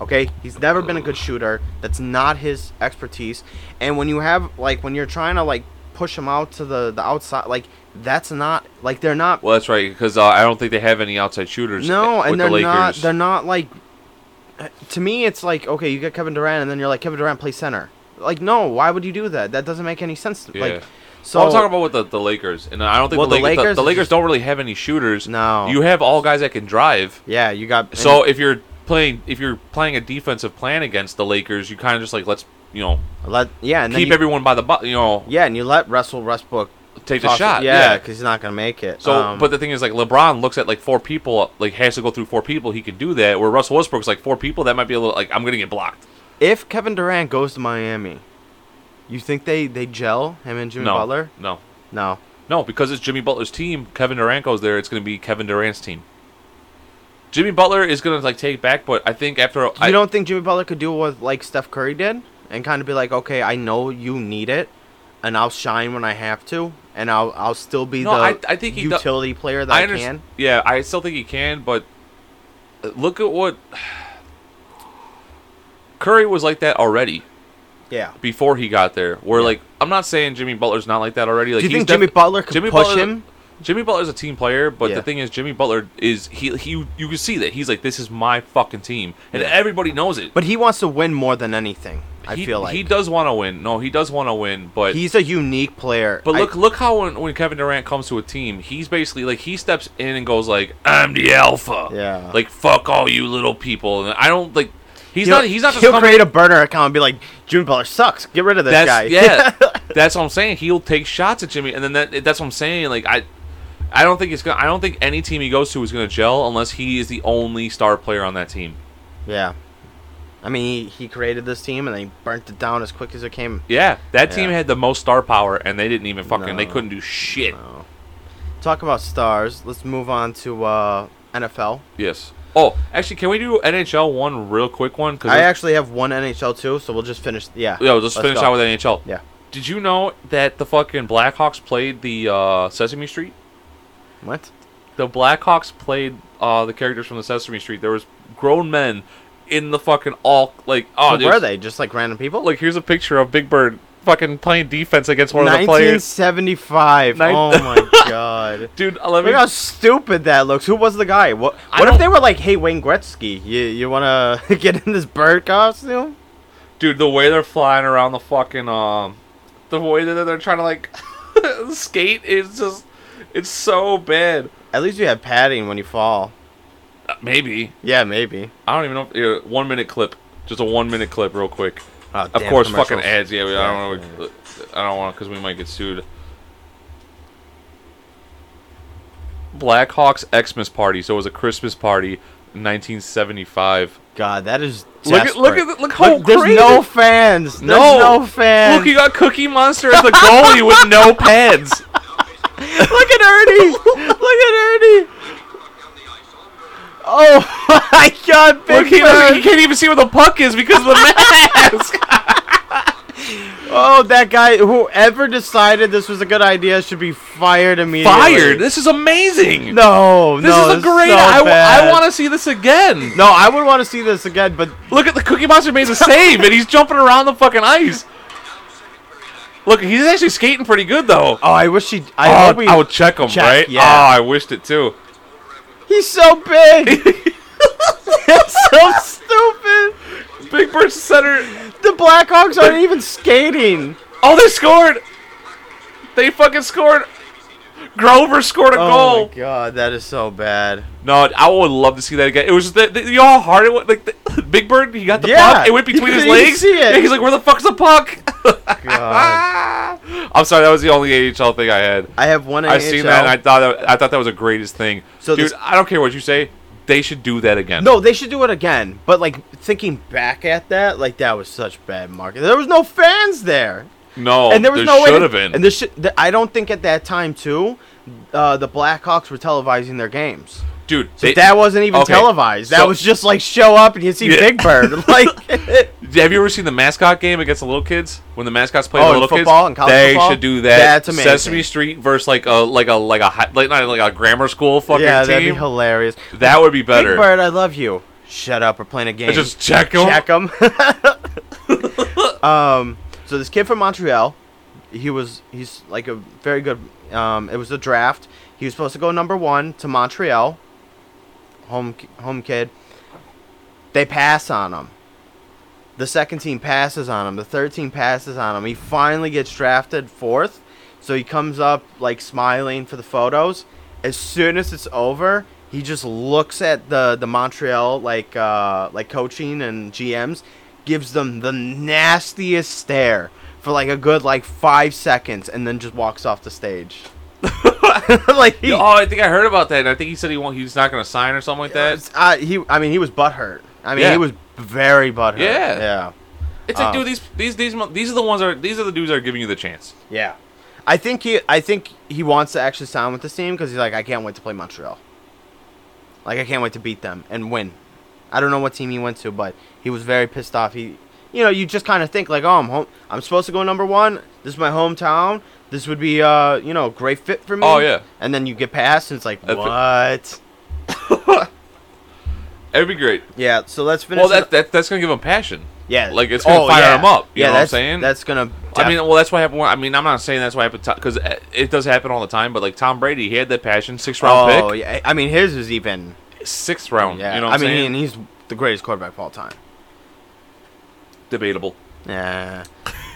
B: Okay, he's never been a good shooter. That's not his expertise. And when you have like when you're trying to like push him out to the the outside, like that's not like they're not.
A: Well, that's right because uh, I don't think they have any outside shooters.
B: no,
A: with
B: and
A: the
B: they're not.
A: Lakers.
B: They're not like. To me, it's like okay, you get Kevin Durant, and then you're like Kevin Durant play center. Like no, why would you do that? That doesn't make any sense.
A: Yeah.
B: Like, so
A: So I'm talking about with the, the Lakers, and I don't think
B: Well,
A: the,
B: the
A: Lakers, the,
B: Lakers
A: the
B: is
A: Lakers
B: just-
A: don't really have any shooters.
B: No.
A: you have all guys that can drive.
B: yeah, you got
A: So if you're playing if you're playing a defensive plan against the Lakers, you kind of just like let's you know
B: let yeah, and then
A: keep
B: you,
A: everyone by the bu- you know
B: yeah, and you let Russell Westbrook
A: take the
B: toss it-
A: shot.
B: yeah, because he's not gonna make it.
A: So,
B: Um,
A: but the thing is, like LeBron looks at like four people, like has to go through four people. He can do that. Where Russell Westbrook's like four people, that might be a little like I'm gonna get blocked.
B: If Kevin Durant goes to Miami, you think they they gel him and Jimmy
A: no,
B: Butler?
A: no,
B: No.
A: No, because it's Jimmy Butler's team. Kevin Durant goes there. It's going to be Kevin Durant's team. Jimmy Butler is going to like take back, but I think after
B: You
A: I,
B: don't think Jimmy Butler could do what like Steph Curry did and kind of be like, okay, I know you need it, and I'll shine when I have to, and I'll I'll still be
A: No,
B: the
A: I- I think he do-
B: utility player that I,
A: underst-
B: can.
A: Yeah, I still think he can, but uh, look at what Curry was like that already
B: Yeah.
A: before he got there. Where like I'm not saying Jimmy Butler's not like that already. Like
B: Do you
A: he's
B: think Jimmy Butler could push
A: Butler's a-
B: him?
A: Jimmy Butler's a team player, but
B: Yeah.
A: the thing is, Jimmy Butler is he he you can see that he's like this is my fucking team, and
B: Yeah.
A: everybody knows it.
B: But he wants to win more than anything. I
A: he,
B: feel like
A: he does want to win. No, he does want to win, but
B: he's a unique player.
A: But
B: I-
A: look, look how when, when Kevin Durant comes to a team, he's basically like he steps in and goes like, "I'm the alpha."
B: Yeah.
A: Like fuck all you little people, and I don't like. He's
B: he'll-
A: not. He's not just
B: He'll
A: coming-
B: create a burner account and be like, Jimmy Butler sucks. Get rid of this
A: that's,
B: guy.
A: Yeah. that's what I'm saying. He'll take shots at Jimmy, and then that that's what I'm saying. Like I, I don't think it's gonna. I don't think any team he goes to is gonna gel unless he is the only star player on that team.
B: yeah. I mean, he, he created this team and they burnt it down as quick as it came.
A: Yeah, that team
B: Yeah.
A: had the most star power, and they didn't even fucking. They
B: No.
A: couldn't do shit.
B: Oh. Talk about stars. Let's move on to uh, NFL.
A: Yes. Oh, actually, can we do NHL one real quick one? Because
B: I actually have one NHL too, so we'll just finish. Yeah.
A: Yeah, we'll just
B: Let's
A: finish
B: go.
A: out with NHL.
B: Yeah.
A: Did you know that the fucking Blackhawks played the uh, Sesame Street?
B: What?
A: The Blackhawks played uh, the characters from the Sesame Street. There was grown men in the fucking all like oh
B: Who
A: dude,
B: were they? Just like random people?
A: Like here's a picture of Big Bird fucking playing defense against one of the players.
B: 1975.
A: Nin-
B: Oh my god.
A: Dude, uh, let me.
B: Look how stupid that looks. Who was the guy? What?
A: I
B: What if
A: don't-
B: they were like, "Hey, Wayne Gretzky, you you want to get in this bird costume?"
A: Dude, the way they're flying around the fucking um, the way that they're trying to like skate is just it's so bad.
B: At least you have padding when you fall.
A: Uh, Maybe
B: Yeah, maybe.
A: I don't even know. If, here, one minute clip, just a one minute clip, real quick.
B: Oh,
A: Of
B: damn,
A: course,
B: commercials.
A: fucking ads. Yeah, we- I
B: Yeah,
A: don't know. uh, I don't want because we might get sued. Blackhawks Xmas party. So it was a Christmas party, in 1975.
B: God, that is.
A: Look at- look at
B: desperate.
A: the- look how
B: There's
A: crazy-
B: no fans. There's no, fans.
A: Look, you got Cookie Monster as the goalie with no pads.
B: Look at Ernie. look at Ernie. Oh my God,
A: Look,
B: Big
A: he,
B: Bird.
A: look, he can't even see where the puck is because of the mask.
B: Oh, that guy. Whoever decided this was a good idea should be fired immediately.
A: Fired. This is amazing.
B: No,
A: this
B: no,
A: is a great.
B: So
A: I, w-
B: bad.
A: I want to see this again.
B: No, I would want to see this again, but
A: Look at the Cookie Monster made a save, and he's jumping around the fucking ice. Look, he's actually skating pretty good though.
B: oh, I wish he. I
A: I,
B: hope
A: would,
B: he,
A: I would check him,
B: check,
A: right?
B: yeah.
A: Oh, I wished it too.
B: He's so big. That's so stupid.
A: Big Bird's the center.
B: The Blackhawks aren't even skating.
A: Oh, they scored. They fucking scored. Grover scored a
B: Oh
A: goal.
B: my god, that is so bad.
A: No, I would love to see that again. It was the, the, you know how hard it was. Like the, Big Bird, he got the
B: Yeah,
A: puck. It went
B: you
A: between his
B: couldn't even
A: legs.
B: see it.
A: Yeah, he's like, "Where the fuck's the puck?"
B: God.
A: Ah! I'm sorry, that was the only AHL thing I had.
B: I have one.
A: I seen
B: NHL.
A: that. And I thought that, I thought that was the greatest thing.
B: So
A: dude,
B: this-
A: I don't care what you say. They should do that again.
B: No, they should do it again. But like thinking back at that, like that was such bad marketing. There was no fans there.
A: no,
B: and there was no way.
A: should
B: to-
A: have Oh, been.
B: And this should, th- I don't think at that time too, uh, the Blackhawks were televising their games.
A: dude,
B: So
A: they-
B: that wasn't even
A: okay,
B: televised. That
A: so-
B: was just like show up and you see
A: Yeah.
B: Big Bird. Like,
A: have you ever seen the mascot game against the little kids when the mascots play
B: Oh,
A: the
B: in
A: little
B: football,
A: kids?
B: in college
A: they
B: football?
A: should do that.
B: That's amazing.
A: Sesame Street versus like a like a like a hi- like not like a grammar school fucking
B: yeah, that'd be
A: team.
B: hilarious.
A: that would be better.
B: Big Bird, I love you. Shut up. We're playing a game.
A: And just check them.
B: check him. um, so this kid from Montreal, he was he's like a very good. Um, it was a draft. He was supposed to go number one to Montreal. Home home kid. They pass on him. The second team passes on him. The third team passes on him. He finally gets drafted fourth. So he comes up like smiling for the photos. As soon as it's over, he just looks at the the Montreal like uh, like coaching and GMs, gives them the nastiest stare for like a good like five seconds, and then just walks off the stage. like he,
A: Oh, I think I heard about that. And I think he said he won't. He's not going to sign or something like that.
B: uh, he I mean he was butthurt. I mean
A: Yeah.
B: he was very butthurt.
A: Yeah.
B: yeah.
A: It's like,
B: Oh.
A: dude, these these these mo- these are the ones that are these are the dudes that are giving you the chance.
B: Yeah, I think he. I think he wants to actually sign with this team because he's like, I can't wait to play Montreal. Like I can't wait to beat them and win. I don't know what team he went to, but he was very pissed off. He you know, you just kind of think like, oh, I'm home. I'm supposed to go number one. This is my hometown. This would be, uh, you know, a great fit for me.
A: Oh, yeah.
B: And then you get past, and it's like,
A: That's it.
B: what?
A: That'd be great.
B: Yeah. So let's finish.
A: Well,
B: it
A: that,
B: up.
A: that that's gonna give him passion.
B: yeah,
A: like, it's gonna
B: oh,
A: fire
B: yeah.
A: him up, you
B: yeah,
A: know what I'm
B: that's,
A: saying?
B: That's gonna.
A: I mean, well, that's what happened. When, I mean, I'm not saying that's what happened because eh, it does happen all the time. But like Tom Brady, he had that passion, six round
B: oh,
A: pick,
B: yeah. I mean, his is even.
A: sixth round.
B: Yeah.
A: You know,
B: I
A: what I'm
B: mean,
A: saying?
B: and he's the greatest quarterback of all time.
A: debatable.
B: Yeah.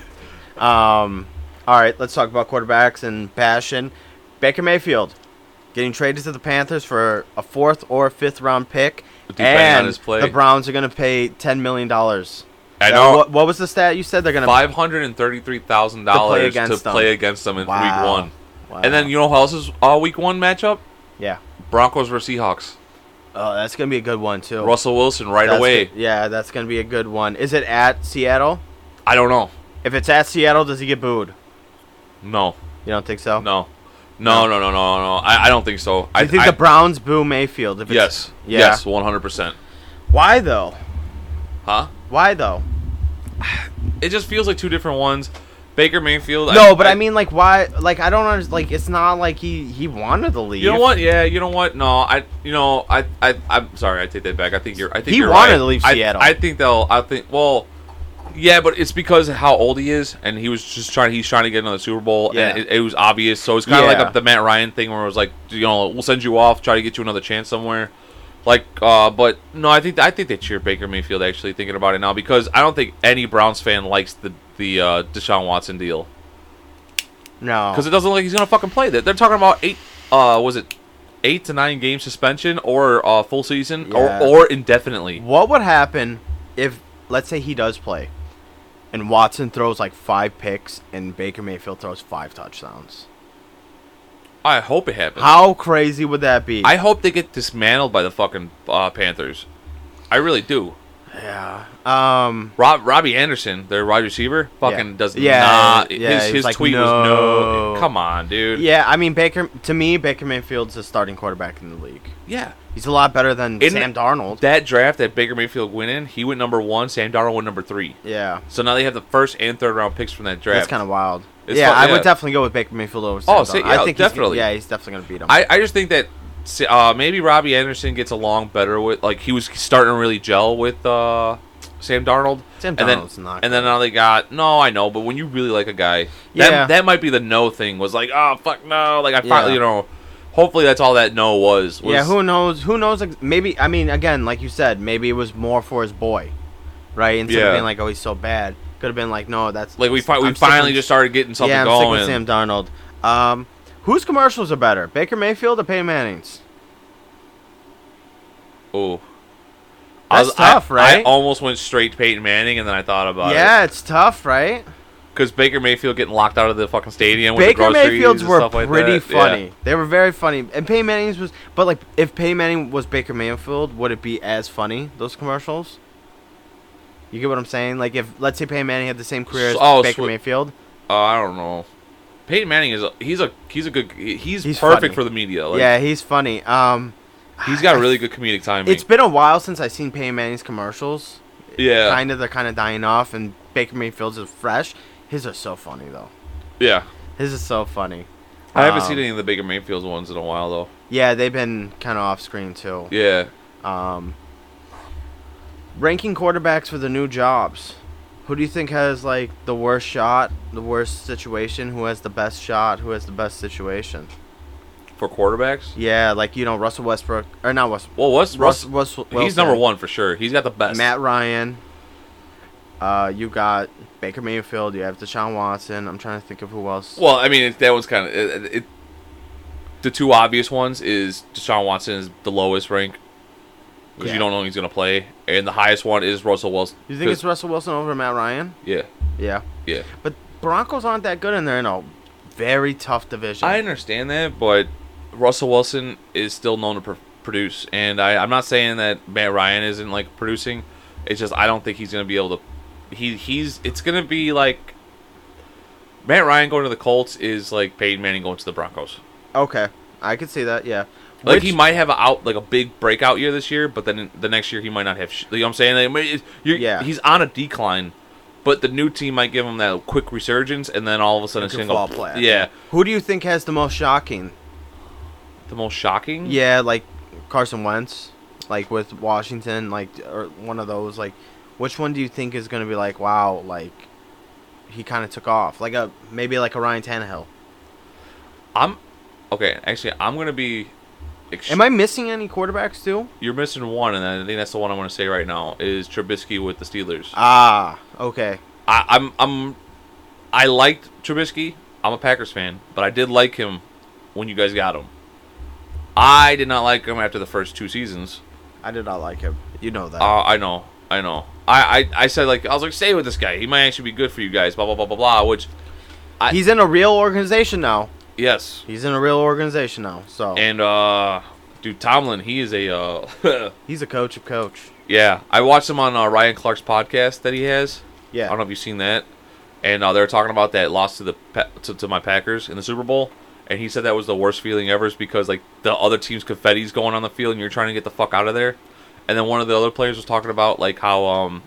B: um. All right, let's talk about quarterbacks and passion. Baker Mayfield getting traded to the Panthers for a fourth or fifth round pick,
A: Depending on
B: and
A: his play.
B: the Browns are going to pay ten million dollars.
A: I know.
B: What, what was the stat you said they're going
A: Five hundred and thirty-three thousand
B: To play
A: dollars to
B: against them.
A: play against them in
B: Wow.
A: week one,
B: Wow.
A: and then you know who else is uh, week one matchup?
B: yeah,
A: Broncos versus Seahawks.
B: oh, that's going to be a good one too.
A: Russell Wilson right
B: Oh. That's
A: away.
B: go- yeah, that's going to be a good one. Is it at Seattle?
A: I don't know.
B: If it's at Seattle, does he get booed?
A: No,
B: You don't think so?
A: no, no, no, no, no, no. I, I don't think so.
B: I
A: I
B: think
A: I,
B: the Browns boo Mayfield. If it's,
A: yes,
B: Yeah.
A: yes, one hundred percent.
B: Why though?
A: Huh?
B: Why though?
A: It just feels like two different ones. Baker Mayfield.
B: No, but I, mean, like, why? Like, I don't understand. Like, it's not like he he wanted to leave.
A: You know what? Yeah, you know what? No, I. You know, I. I. I'm sorry. I take that back. I think you're. I think
B: He
A: you're
B: wanted
A: right.
B: to leave
A: I-
B: Seattle.
A: I, think they'll. I think. Well, yeah, but it's because of how old he is, and he was just trying. He's trying to get another Super Bowl,
B: Yeah.
A: and it, it was obvious. So it's kind of
B: Yeah.
A: like the Matt Ryan thing, where it was like, you know, we'll send you off, try to get you another chance somewhere. Like, uh, but no, I think I think they cheer Baker Mayfield. Actually, thinking about it now, because I don't think any Browns fan likes the the uh, Deshaun Watson deal
B: No.
A: because it doesn't look like he's gonna fucking play. That they're talking about eight. Uh, was it eight to nine game suspension or uh, full season
B: Yeah.
A: or or indefinitely?
B: what would happen if, let's say, he does play, and Watson throws like five picks, and Baker Mayfield throws five touchdowns?
A: I hope it happens.
B: How crazy would that be?
A: I hope they get dismantled by the fucking uh, Panthers. I really do.
B: yeah. Um.
A: Rob Robbie Anderson, their wide receiver, fucking
B: Yeah.
A: does
B: Yeah,
A: not.
B: yeah, he was
A: his his
B: like,
A: tweet was
B: "No."
A: no. Come on, dude. Yeah.
B: Yeah. I mean, Baker. To me, Baker Mayfield's the starting quarterback in the league. He's a lot better than
A: In-
B: Sam Darnold.
A: That draft that Baker Mayfield went in, he went number one. Sam Darnold went number three.
B: yeah.
A: So now they have the first and third round picks from that draft.
B: That's kind of wild.
A: It's
B: yeah,
A: fu-
B: I
A: yeah.
B: would definitely go with Baker Mayfield over. Sam
A: Oh, see,
B: Darnold. I
A: yeah,
B: think he's gonna-
A: definitely.
B: yeah, he's definitely gonna beat him.
A: I, I just think that uh, maybe Robbie Anderson gets along better with like he was starting to really gel with uh, Sam Darnold.
B: Sam
A: and
B: Darnold's
A: then,
B: not
A: And then now they got no, I know, but when you really like a guy,
B: Yeah.
A: that that might be the no thing was like oh fuck no, like I
B: Yeah.
A: finally you know. Hopefully that's all that no was. was
B: yeah, who knows? Who knows? ex- Maybe I mean, again, like you said, maybe it was more for his boy, right? Instead of
A: Yeah.
B: being like, "Oh, he's so bad," could have been like, "No, that's
A: like we fi- we
B: I'm sticking-
A: finally just started getting something
B: yeah, I'm sticking
A: going.
B: with Sam Darnold. Um, whose commercials are better, Baker Mayfield or Peyton Manning's?
A: Ooh.
B: That's
A: I,
B: tough,
A: I- I
B: right?
A: almost went straight to Peyton Manning, and then I thought about it.
B: yeah, it's tough, right?
A: because Baker Mayfield getting locked out of the fucking stadium. With
B: Baker
A: the groceries
B: Mayfield's
A: and
B: were
A: stuff like
B: pretty
A: that. Yeah.
B: funny. They were very funny, and Peyton Manning's was. But like, if Peyton Manning was Baker Mayfield, would it be as funny those commercials? You get what I'm saying? Like, if let's say Peyton Manning had the same career as
A: Oh,
B: Baker
A: swi-
B: Mayfield,
A: Uh, I don't know. Peyton Manning is a, he's a he's a good he's,
B: He's
A: perfect
B: funny.
A: for the media. Like,
B: yeah, he's funny. Um,
A: he's got really good comedic timing.
B: it's been a while since I've seen Peyton Manning's commercials.
A: yeah,
B: Kind of, they're kind of dying off, and Baker Mayfield's is fresh. His are so funny though.
A: yeah.
B: His is so funny.
A: I haven't
B: Um,
A: seen any of the Baker Mayfield ones in a while though.
B: Yeah, they've been kind of off screen too.
A: Yeah,
B: Um, ranking quarterbacks for the new jobs. Who do you think has like the worst shot, the worst situation? Who has the best shot? Who has the best situation?
A: for quarterbacks.
B: Yeah, like you know Russell Westbrook or not Westbrook.
A: Well, what's Russ?
B: Russ, Russell
A: he's number one for sure. He's got the best.
B: Matt Ryan. Uh, you got Baker Mayfield. You have Deshaun Watson. I'm trying to think of who else.
A: well, I mean, it, that one's kind of it, it- it. The two obvious ones is Deshaun Watson is the lowest rank because
B: Yeah.
A: you don't know he's gonna play, and the highest one is Russell Wilson.
B: you think
A: 'cause-
B: it's Russell Wilson over Matt Ryan?
A: yeah,
B: Yeah,
A: yeah.
B: but Broncos aren't that good, and they're in a very tough division.
A: I understand that, but Russell Wilson is still known to pr- produce, and I, I'm not saying that Matt Ryan isn't like producing. It's just I don't think he's gonna be able to. He he's it's gonna be like Matt Ryan going to the Colts is like Peyton Manning going to the Broncos.
B: okay, I could see that. Yeah,
A: Like
B: Which-
A: he might have a out like a big breakout year this year, but then the next year he might not have. Sh- you know what I'm saying? Like, I mean, it's- you're-
B: Yeah.
A: he's on a decline. But the new team might give him that quick resurgence, and then all of a sudden,
B: You
A: a
B: can
A: single
B: fall flat.
A: Yeah,
B: Who do you think has the most shocking?
A: the most shocking.
B: Yeah, like Carson Wentz, like with Washington, like or one of those. Like, which one do you think is going to be like, wow, like he kind of took off, like a maybe like a Ryan Tannehill?
A: I'm okay. Actually, I'm gonna be. Ex-
B: Am I missing any quarterbacks too?
A: You're missing one, and I think that's the one I want to say right now is Trubisky with the Steelers.
B: Ah, okay.
A: I, I'm I'm I liked Trubisky. I'm a Packers fan, but I did like him when you guys got him. I did not like him after the first two seasons.
B: I did not like him. You know that.
A: Uh, I know, I know. I, I I said like I was like stay with this guy. He might actually be good for you guys. Blah blah blah blah blah. Which I-
B: He's in a real organization now.
A: yes,
B: He's in a real organization now. So
A: and uh, dude Tomlin, he is a uh,
B: he's a coach of coach.
A: yeah. I watched him on uh, Ryan Clark's podcast that he has. I
B: Yeah.
A: don't know if you've seen that. And uh, they were talking about that loss to the pa- to, to my Packers in the Super Bowl, and he said that was the worst feeling ever, is because like the other team's confetti's going on the field, and you're trying to get the fuck out of there. And then one of the other players was talking about like how um,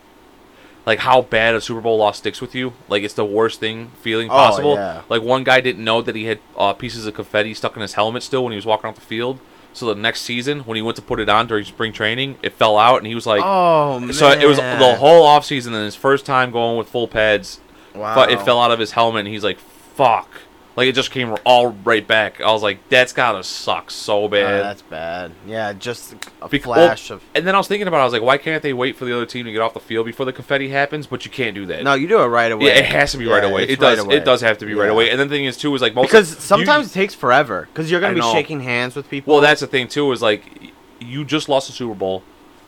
A: like how bad a Super Bowl loss sticks with you. Like it's the worst thing feeling
B: Oh,
A: possible.
B: yeah.
A: Like one guy didn't know that he had uh, pieces of confetti stuck in his helmet still when he was walking off the field. So the next season, when he went to put it on during spring training, it fell out, and he was like,
B: Oh man.
A: so it was the whole offseason and his first time going with full pads.
B: Wow.
A: But it fell out of his helmet and he's like, fuck. Like it just came all right back. I was like, that's gotta suck so
B: Oh,
A: bad.
B: that's bad. Yeah, just a
A: Bec-
B: flash
A: well,
B: of.
A: And then I was thinking about it, I was like, why can't they wait for the other team to get off the field before the confetti happens? But you can't do that.
B: No, you do it right away.
A: yeah, it has to be
B: Yeah,
A: right away.
B: it's
A: It does
B: right away.
A: it does have to be right
B: Yeah.
A: away. And then the thing is too is like most
B: because
A: you-
B: sometimes it takes forever because you're
A: I
B: gonna be
A: know.
B: shaking hands with people.
A: Well, that's the thing too. Is like y- you just lost the Super Bowl.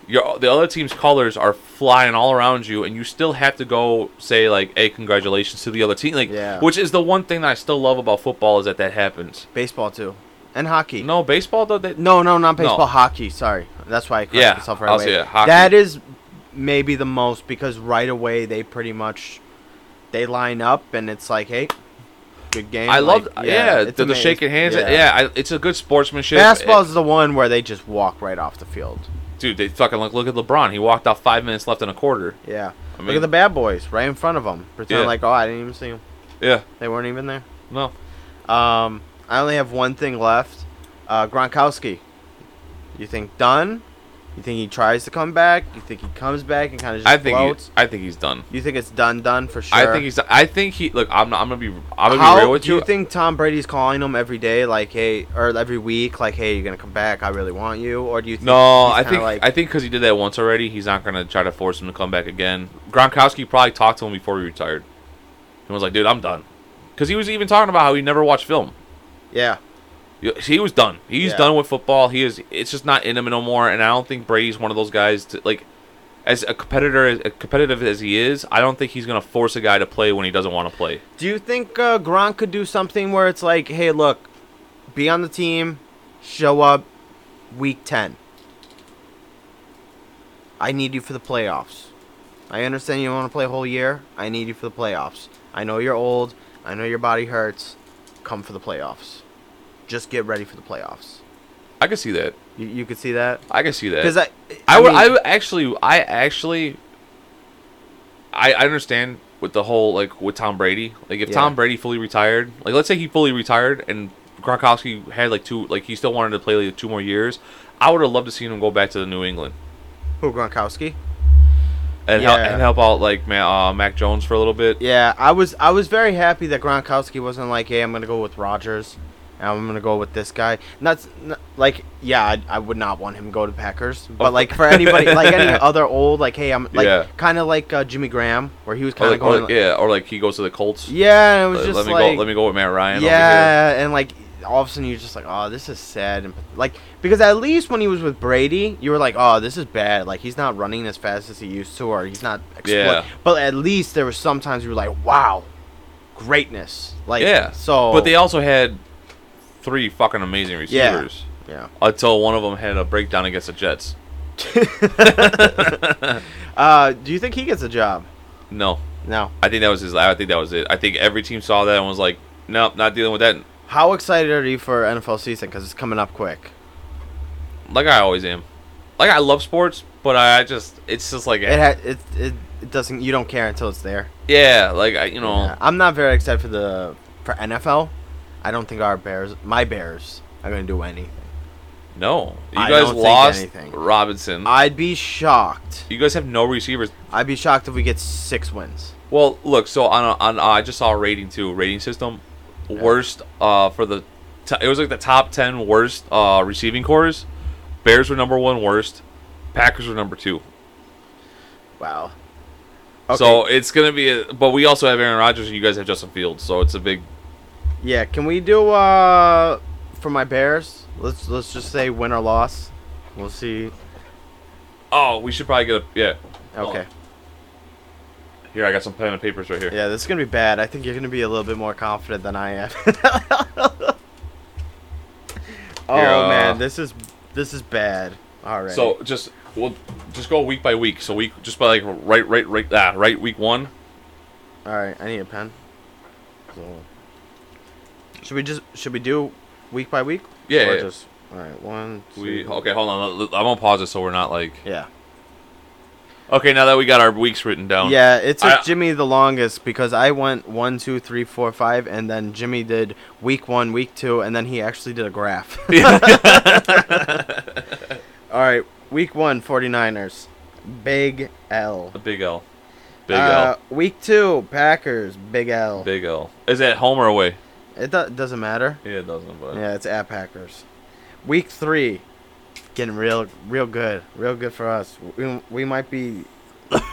A: Your the other team's colors are flying all around you, and you still have to go say like, "Hey, congratulations to the other team." Like,
B: Yeah.
A: which is the one thing that I still love about football is that that happens.
B: baseball too, and hockey.
A: No baseball though. That,
B: no, no, not baseball.
A: No.
B: Hockey. Sorry, that's why I corrected
A: Yeah,
B: myself right
A: I'll
B: away.
A: say it, hockey.
B: That is maybe the most because right away they pretty much they line up and it's like, hey, good game.
A: I love.
B: Like,
A: yeah,
B: it's
A: the, the
B: amaz-
A: shaking hands. Yeah, I, it's a good sportsmanship.
B: Basketball's the one where they just walk right off the field.
A: It- dude. They fucking look. Look at LeBron. He walked off five minutes left in a quarter.
B: Yeah.
A: I
B: Look
A: mean-
B: at the bad boys right in front of them. Pretend
A: Yeah.
B: like, oh, I didn't even see them.
A: Yeah.
B: They weren't even there.
A: No.
B: Um, I only have one thing left. Uh, Gronkowski. You think done? You think he tries to come back? You think he comes back and kind of just
A: I think.
B: floats?
A: He, I think he's done.
B: you think it's done, done for sure.
A: I think he's. I think he. Look, I'm. Not, I'm gonna be. I'm gonna
B: How
A: be real with
B: do you think Tom Brady's calling him every day, like hey, or every week, like hey, you're gonna come back? I really want you. Or do you? Think
A: No,
B: he's
A: I
B: kinda
A: think
B: like,
A: I think because he did that once already, he's not gonna try to force him to come back again. Gronkowski probably talked to him before he retired. He was like, "Dude, I'm done," because he was even talking about how he never watched film.
B: yeah,
A: Y- He was done. He's
B: Yeah.
A: done with football. He is. It's just not in him no more. And I don't think Brady's one of those guys to like, as a competitor, as competitive as he is, I don't think he's gonna force a guy to play when he doesn't want to play.
B: Do you think uh, Gronk could do something where it's like, hey, look, be on the team, show up week 10. I need you for the playoffs. I understand you want to play a whole year. I need you for the playoffs. I know you're old. I know your body hurts. Come for the playoffs. Just get ready for the playoffs.
A: I can see that.
B: You, you could see that?
A: I can see that.
B: Because I,
A: I would.
B: mean,
A: I would actually. I actually. I, I understand with the whole like with Tom Brady. Like if
B: Yeah.
A: Tom Brady fully retired, like let's say he fully retired and Gronkowski had like two, like he still wanted to play like two more years. I would have loved to see him go back to the New England
B: who, Gronkowski?
A: and help
B: Yeah.
A: and help out like Ma- uh, Mac Jones for a little bit.
B: Yeah, I was I was very happy that Gronkowski wasn't like, hey, I'm gonna go with Rogers, and I'm gonna go with this guy. Not, not like, yeah, I, I would not want him to go to Packers, but like for anybody, like any other old, like, hey, I'm like
A: Yeah.
B: kind of like uh, Jimmy Graham, where he was
A: Or
B: kind
A: like,
B: of
A: or
B: going,
A: like-
B: yeah,
A: yeah, or like he goes to the Colts.
B: and it was
A: Like,
B: just
A: let me
B: like,
A: go. Let me go with Matt Ryan. over here.
B: yeah, and like all of a sudden you're just like, oh, this is sad, and like because at least when he was with Brady, you were like, oh, this is bad. Like he's not running as fast as he used to, or he's not. Explo-
A: Yeah.
B: But at least there was sometimes you were like, wow, greatness. Like
A: yeah.
B: So
A: but they also had three fucking amazing
B: Yeah.
A: receivers
B: yeah.
A: until one of them had a breakdown against the Jets.
B: Uh, do you think he gets a job?
A: No.
B: No.
A: I think that was his. I think that was it. I think every team saw that and was like, "Nope, not dealing with that."
B: How excited are you for NFL season? Because it's coming up quick.
A: Like I always am. Like I love sports, but I just it's just like
B: It ha- it, it it doesn't. You don't care until it's there.
A: Yeah, like I, you know,
B: Yeah. I'm not very excited for the for NFL. I don't think our Bears, my Bears, are gonna do anything.
A: no, you
B: I
A: guys
B: don't think
A: lost
B: anything.
A: Robinson.
B: I'd be shocked.
A: you guys have no receivers.
B: I'd be shocked if we get six wins.
A: Well, look, so on a, on uh, I just saw a rating too, rating system, worst uh for the, t- it was like the top ten worst uh receiving cores. Bears were number one worst, Packers were number two.
B: Wow.
A: So it's gonna be, a, but we also have Aaron Rodgers and you guys have Justin Fields, so it's a big.
B: Yeah, can we do uh for my Bears? Let's let's just say win or loss. We'll see.
A: Oh, we should probably get a yeah.
B: Okay.
A: Oh. Here, I got some pen and papers right here.
B: Yeah, this is gonna be bad. I think you're gonna be a little bit more confident than I am. oh
A: Yeah.
B: man, this is this is bad. All right.
A: So just we'll just go week by week. So week just by like right, right, right, ah, right week one.
B: all right, I need a pen. So, should we just should we do week by week?
A: Yeah,
B: Or
A: yeah.
B: just all right. One. Two,
A: We okay. Hold on. l- l- I'm gonna pause it so we're not like
B: Yeah.
A: okay. Now that we got our weeks written down.
B: Yeah, it took
A: I-
B: Jimmy the longest because I went one, two, three, four, five, and then Jimmy did week one, week two, and then he actually did a graph. All right, week one, 49ers. Big L.
A: A big L. Big
B: Uh, Week two, Packers. Big L.
A: L. Big L. Is it home or away?
B: It do- doesn't matter.
A: Yeah, it doesn't. But
B: Yeah, it's at Packers. Week three, getting real, real good. Real good for us. We, we might be
A: Let's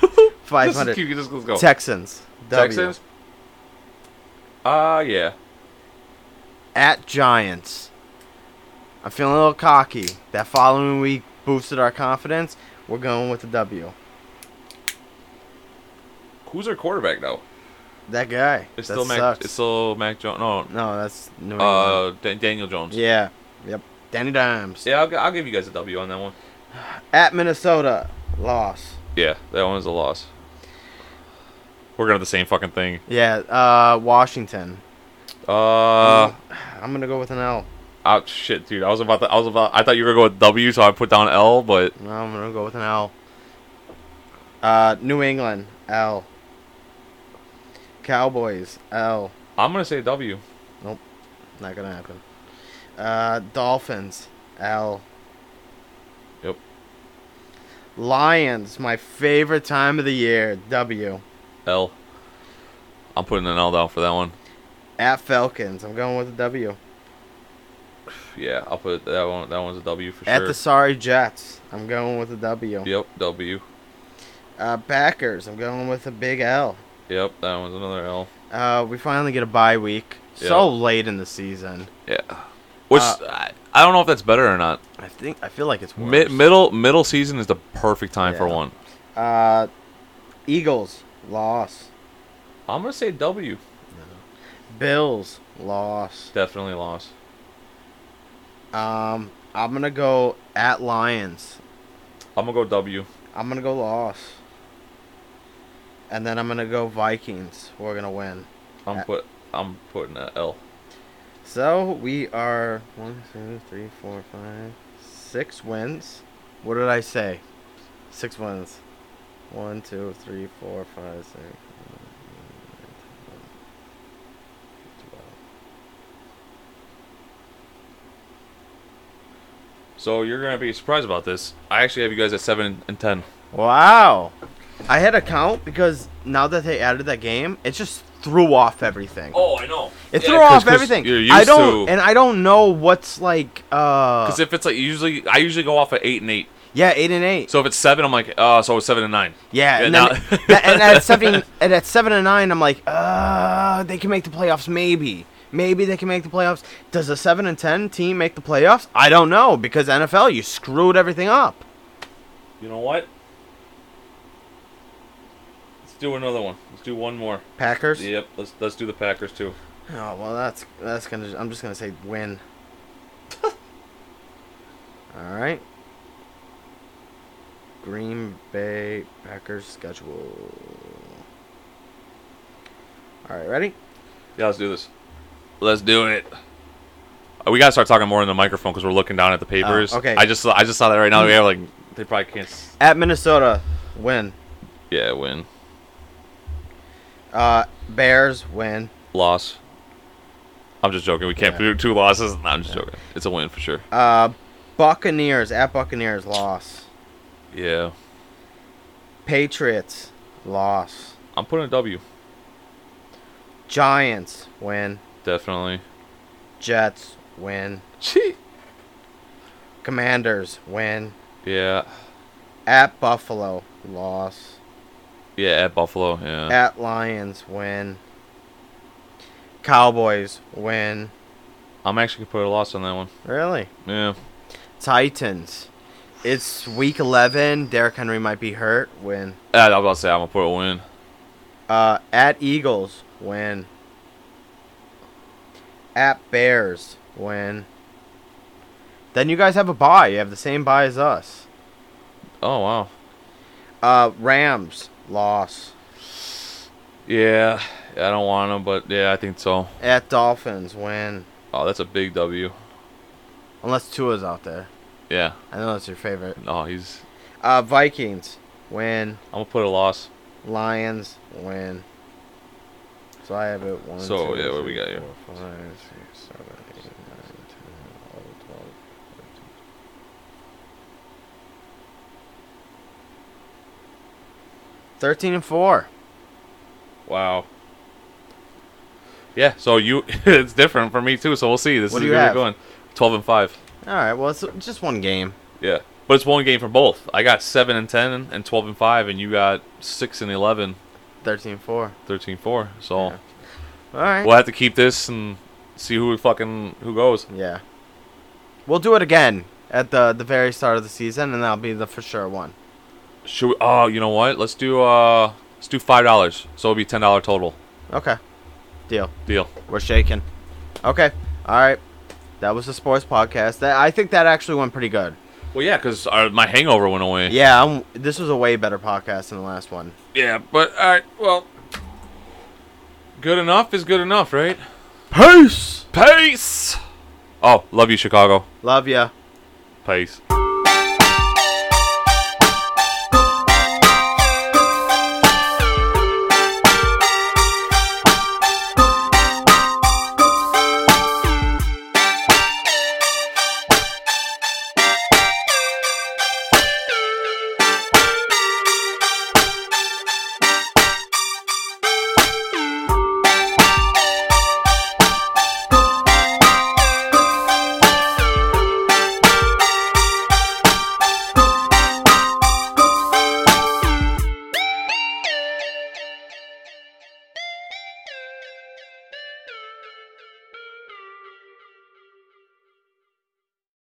B: 500.
A: keep- just- let's go.
B: Texans. W.
A: Texans. Ah, yeah.
B: at Giants. I'm feeling a little cocky. That following week boosted our confidence. We're going with the W.
A: Who's our quarterback now?
B: That guy.
A: It's
B: that
A: still Mac.
B: sucks.
A: It's still Mac Jones. No.
B: no, that's New England.
A: Uh, Dan- Daniel Jones.
B: yeah. Yep. Danny Dimes.
A: Yeah, I'll, g- I'll give you guys a W on that one.
B: At Minnesota. Loss.
A: Yeah, that one was a loss. We're gonna have the same fucking thing.
B: Yeah. Uh, Washington.
A: Uh,
B: I'm gonna go with an L.
A: oh shit, dude. I was about to. I was about. I thought you were gonna go with W, so I put down L. But
B: No, I'm gonna go with an L. Uh, New England. L. Cowboys. L.
A: I'm gonna say W.
B: Not gonna happen. Uh, Dolphins. L.
A: Yep.
B: Lions, my favorite time of the year. W.
A: L. I'm putting an L down for that one.
B: At Falcons, I'm going with a W.
A: Yeah, I'll put that one. That one's a W for
B: At
A: sure.
B: the sorry Jets, I'm going with a W.
A: yep, W.
B: Uh, Packers, I'm going with a big L.
A: Yep, that one's another L.
B: Uh, we finally get a bye week. So late in the season.
A: Yeah. Which
B: Uh,
A: I, I don't know if that's better or not.
B: I think I feel like it's worse.
A: Mid, middle middle season is the perfect time for
B: Yeah.
A: one.
B: uh, Eagles, loss.
A: I'm gonna say W.
B: Bills, loss.
A: Definitely loss.
B: Um, I'm gonna go at Lions.
A: I'm gonna go W.
B: I'm gonna go loss. And then I'm gonna go Vikings. We're gonna win.
A: I'm
B: Uh,
A: put. I'm putting an L.
B: So we are one, two, three, four, five, six wins. What did I say? Six wins. One, two, three, four, five, six. seven, eight, nine, ten, eleven,
A: So you're gonna be surprised about this. I actually have you guys at seven and ten.
B: twelve. Wow. I had a count because now that they added that game, it just threw off everything.
A: Oh, I know.
B: It threw off everything.
A: You're used
B: I don't,
A: to.
B: and I don't know what's like. uh
A: Because if it's like usually, I usually go off at eight and eight.
B: Yeah, eight and eight.
A: So if it's seven, I'm like, uh, so it's seven and nine.
B: yeah,
A: yeah,
B: and,
A: now-
B: then, that- and at seven and at seven and nine, I'm like, uh, they can make the playoffs. Maybe, maybe they can make the playoffs. Does a seven and ten team make the playoffs? I don't know because NFL, you screwed everything up.
A: You know what? Let's do another one. Let's do one more.
B: Packers.
A: Yep. Let's let's do the Packers too.
B: Oh well, that's that's gonna. I'm just gonna say win. All right. Green Bay Packers schedule. All right, ready?
A: Yeah, let's do this. Let's do it. Uh, We gotta start talking more in the microphone because we're looking down at the papers.
B: Oh, okay.
A: I just saw- I just saw that right now. We have like they probably can't. s-
B: At Minnesota, win.
A: Yeah, win.
B: Uh, Bears win.
A: Loss. I'm just joking. We can't
B: Yeah.
A: do two losses. No, I'm just joking. It's a win for sure.
B: Uh, Buccaneers at Buccaneers loss.
A: Yeah.
B: Patriots loss.
A: I'm putting a W.
B: Giants win.
A: Definitely.
B: Jets win.
A: Gee.
B: Commanders win.
A: Yeah.
B: At Buffalo loss.
A: Yeah, at Buffalo. Yeah.
B: At Lions win. Cowboys win.
A: I'm actually going to put a loss on that one.
B: Really?
A: Yeah.
B: Titans. It's week 11. Derrick Henry might be hurt. Win.
A: Uh, I was about to say, I'm going to put a win.
B: Uh, at Eagles, win. At Bears, win. Then you guys have a bye. You have the same bye as us.
A: Oh, wow.
B: Uh, Rams, loss.
A: Yeah. I don't want them, but yeah, I think so.
B: At Dolphins, win.
A: Oh, that's a big W.
B: Unless Tua's out there.
A: Yeah.
B: I know that's your favorite.
A: No, he's.
B: Uh, Vikings, win.
A: I'm going to put a loss.
B: Lions, win. So I have it one.
A: So,
B: two,
A: yeah, what do we
B: three,
A: got here?
B: four, five, six, seven, eight, nine, 10, 11, 12, 13. Thirteen and four.
A: Wow. Yeah, so you it's different for me too, so we'll see. This
B: What
A: is
B: do you
A: where we're
B: have?
A: going. Twelve and five.
B: All right. Well, it's just one game.
A: Yeah. But it's one game for both. I got seven and ten and twelve and five and you got six and 11,
B: Thirteen and four.
A: 13 4. So
B: Yeah. All right.
A: we'll have to keep this and see who we fucking who goes.
B: Yeah. We'll do it again at the the very start of the season, and that'll be the for sure one.
A: Should we, oh, you know what? Let's do uh let's do five dollars. So it'll be ten dollar total.
B: Okay. Deal.
A: Deal.
B: We're shaking. Okay. All right. That was the sports podcast. That I think that actually went pretty good.
A: Well yeah, because my hangover went away.
B: Yeah, I'm, this was a way better podcast than the last one.
A: yeah, but alright, well good enough is good enough, right?
B: Peace.
A: Peace. Oh, love you, Chicago.
B: Love ya.
A: Peace.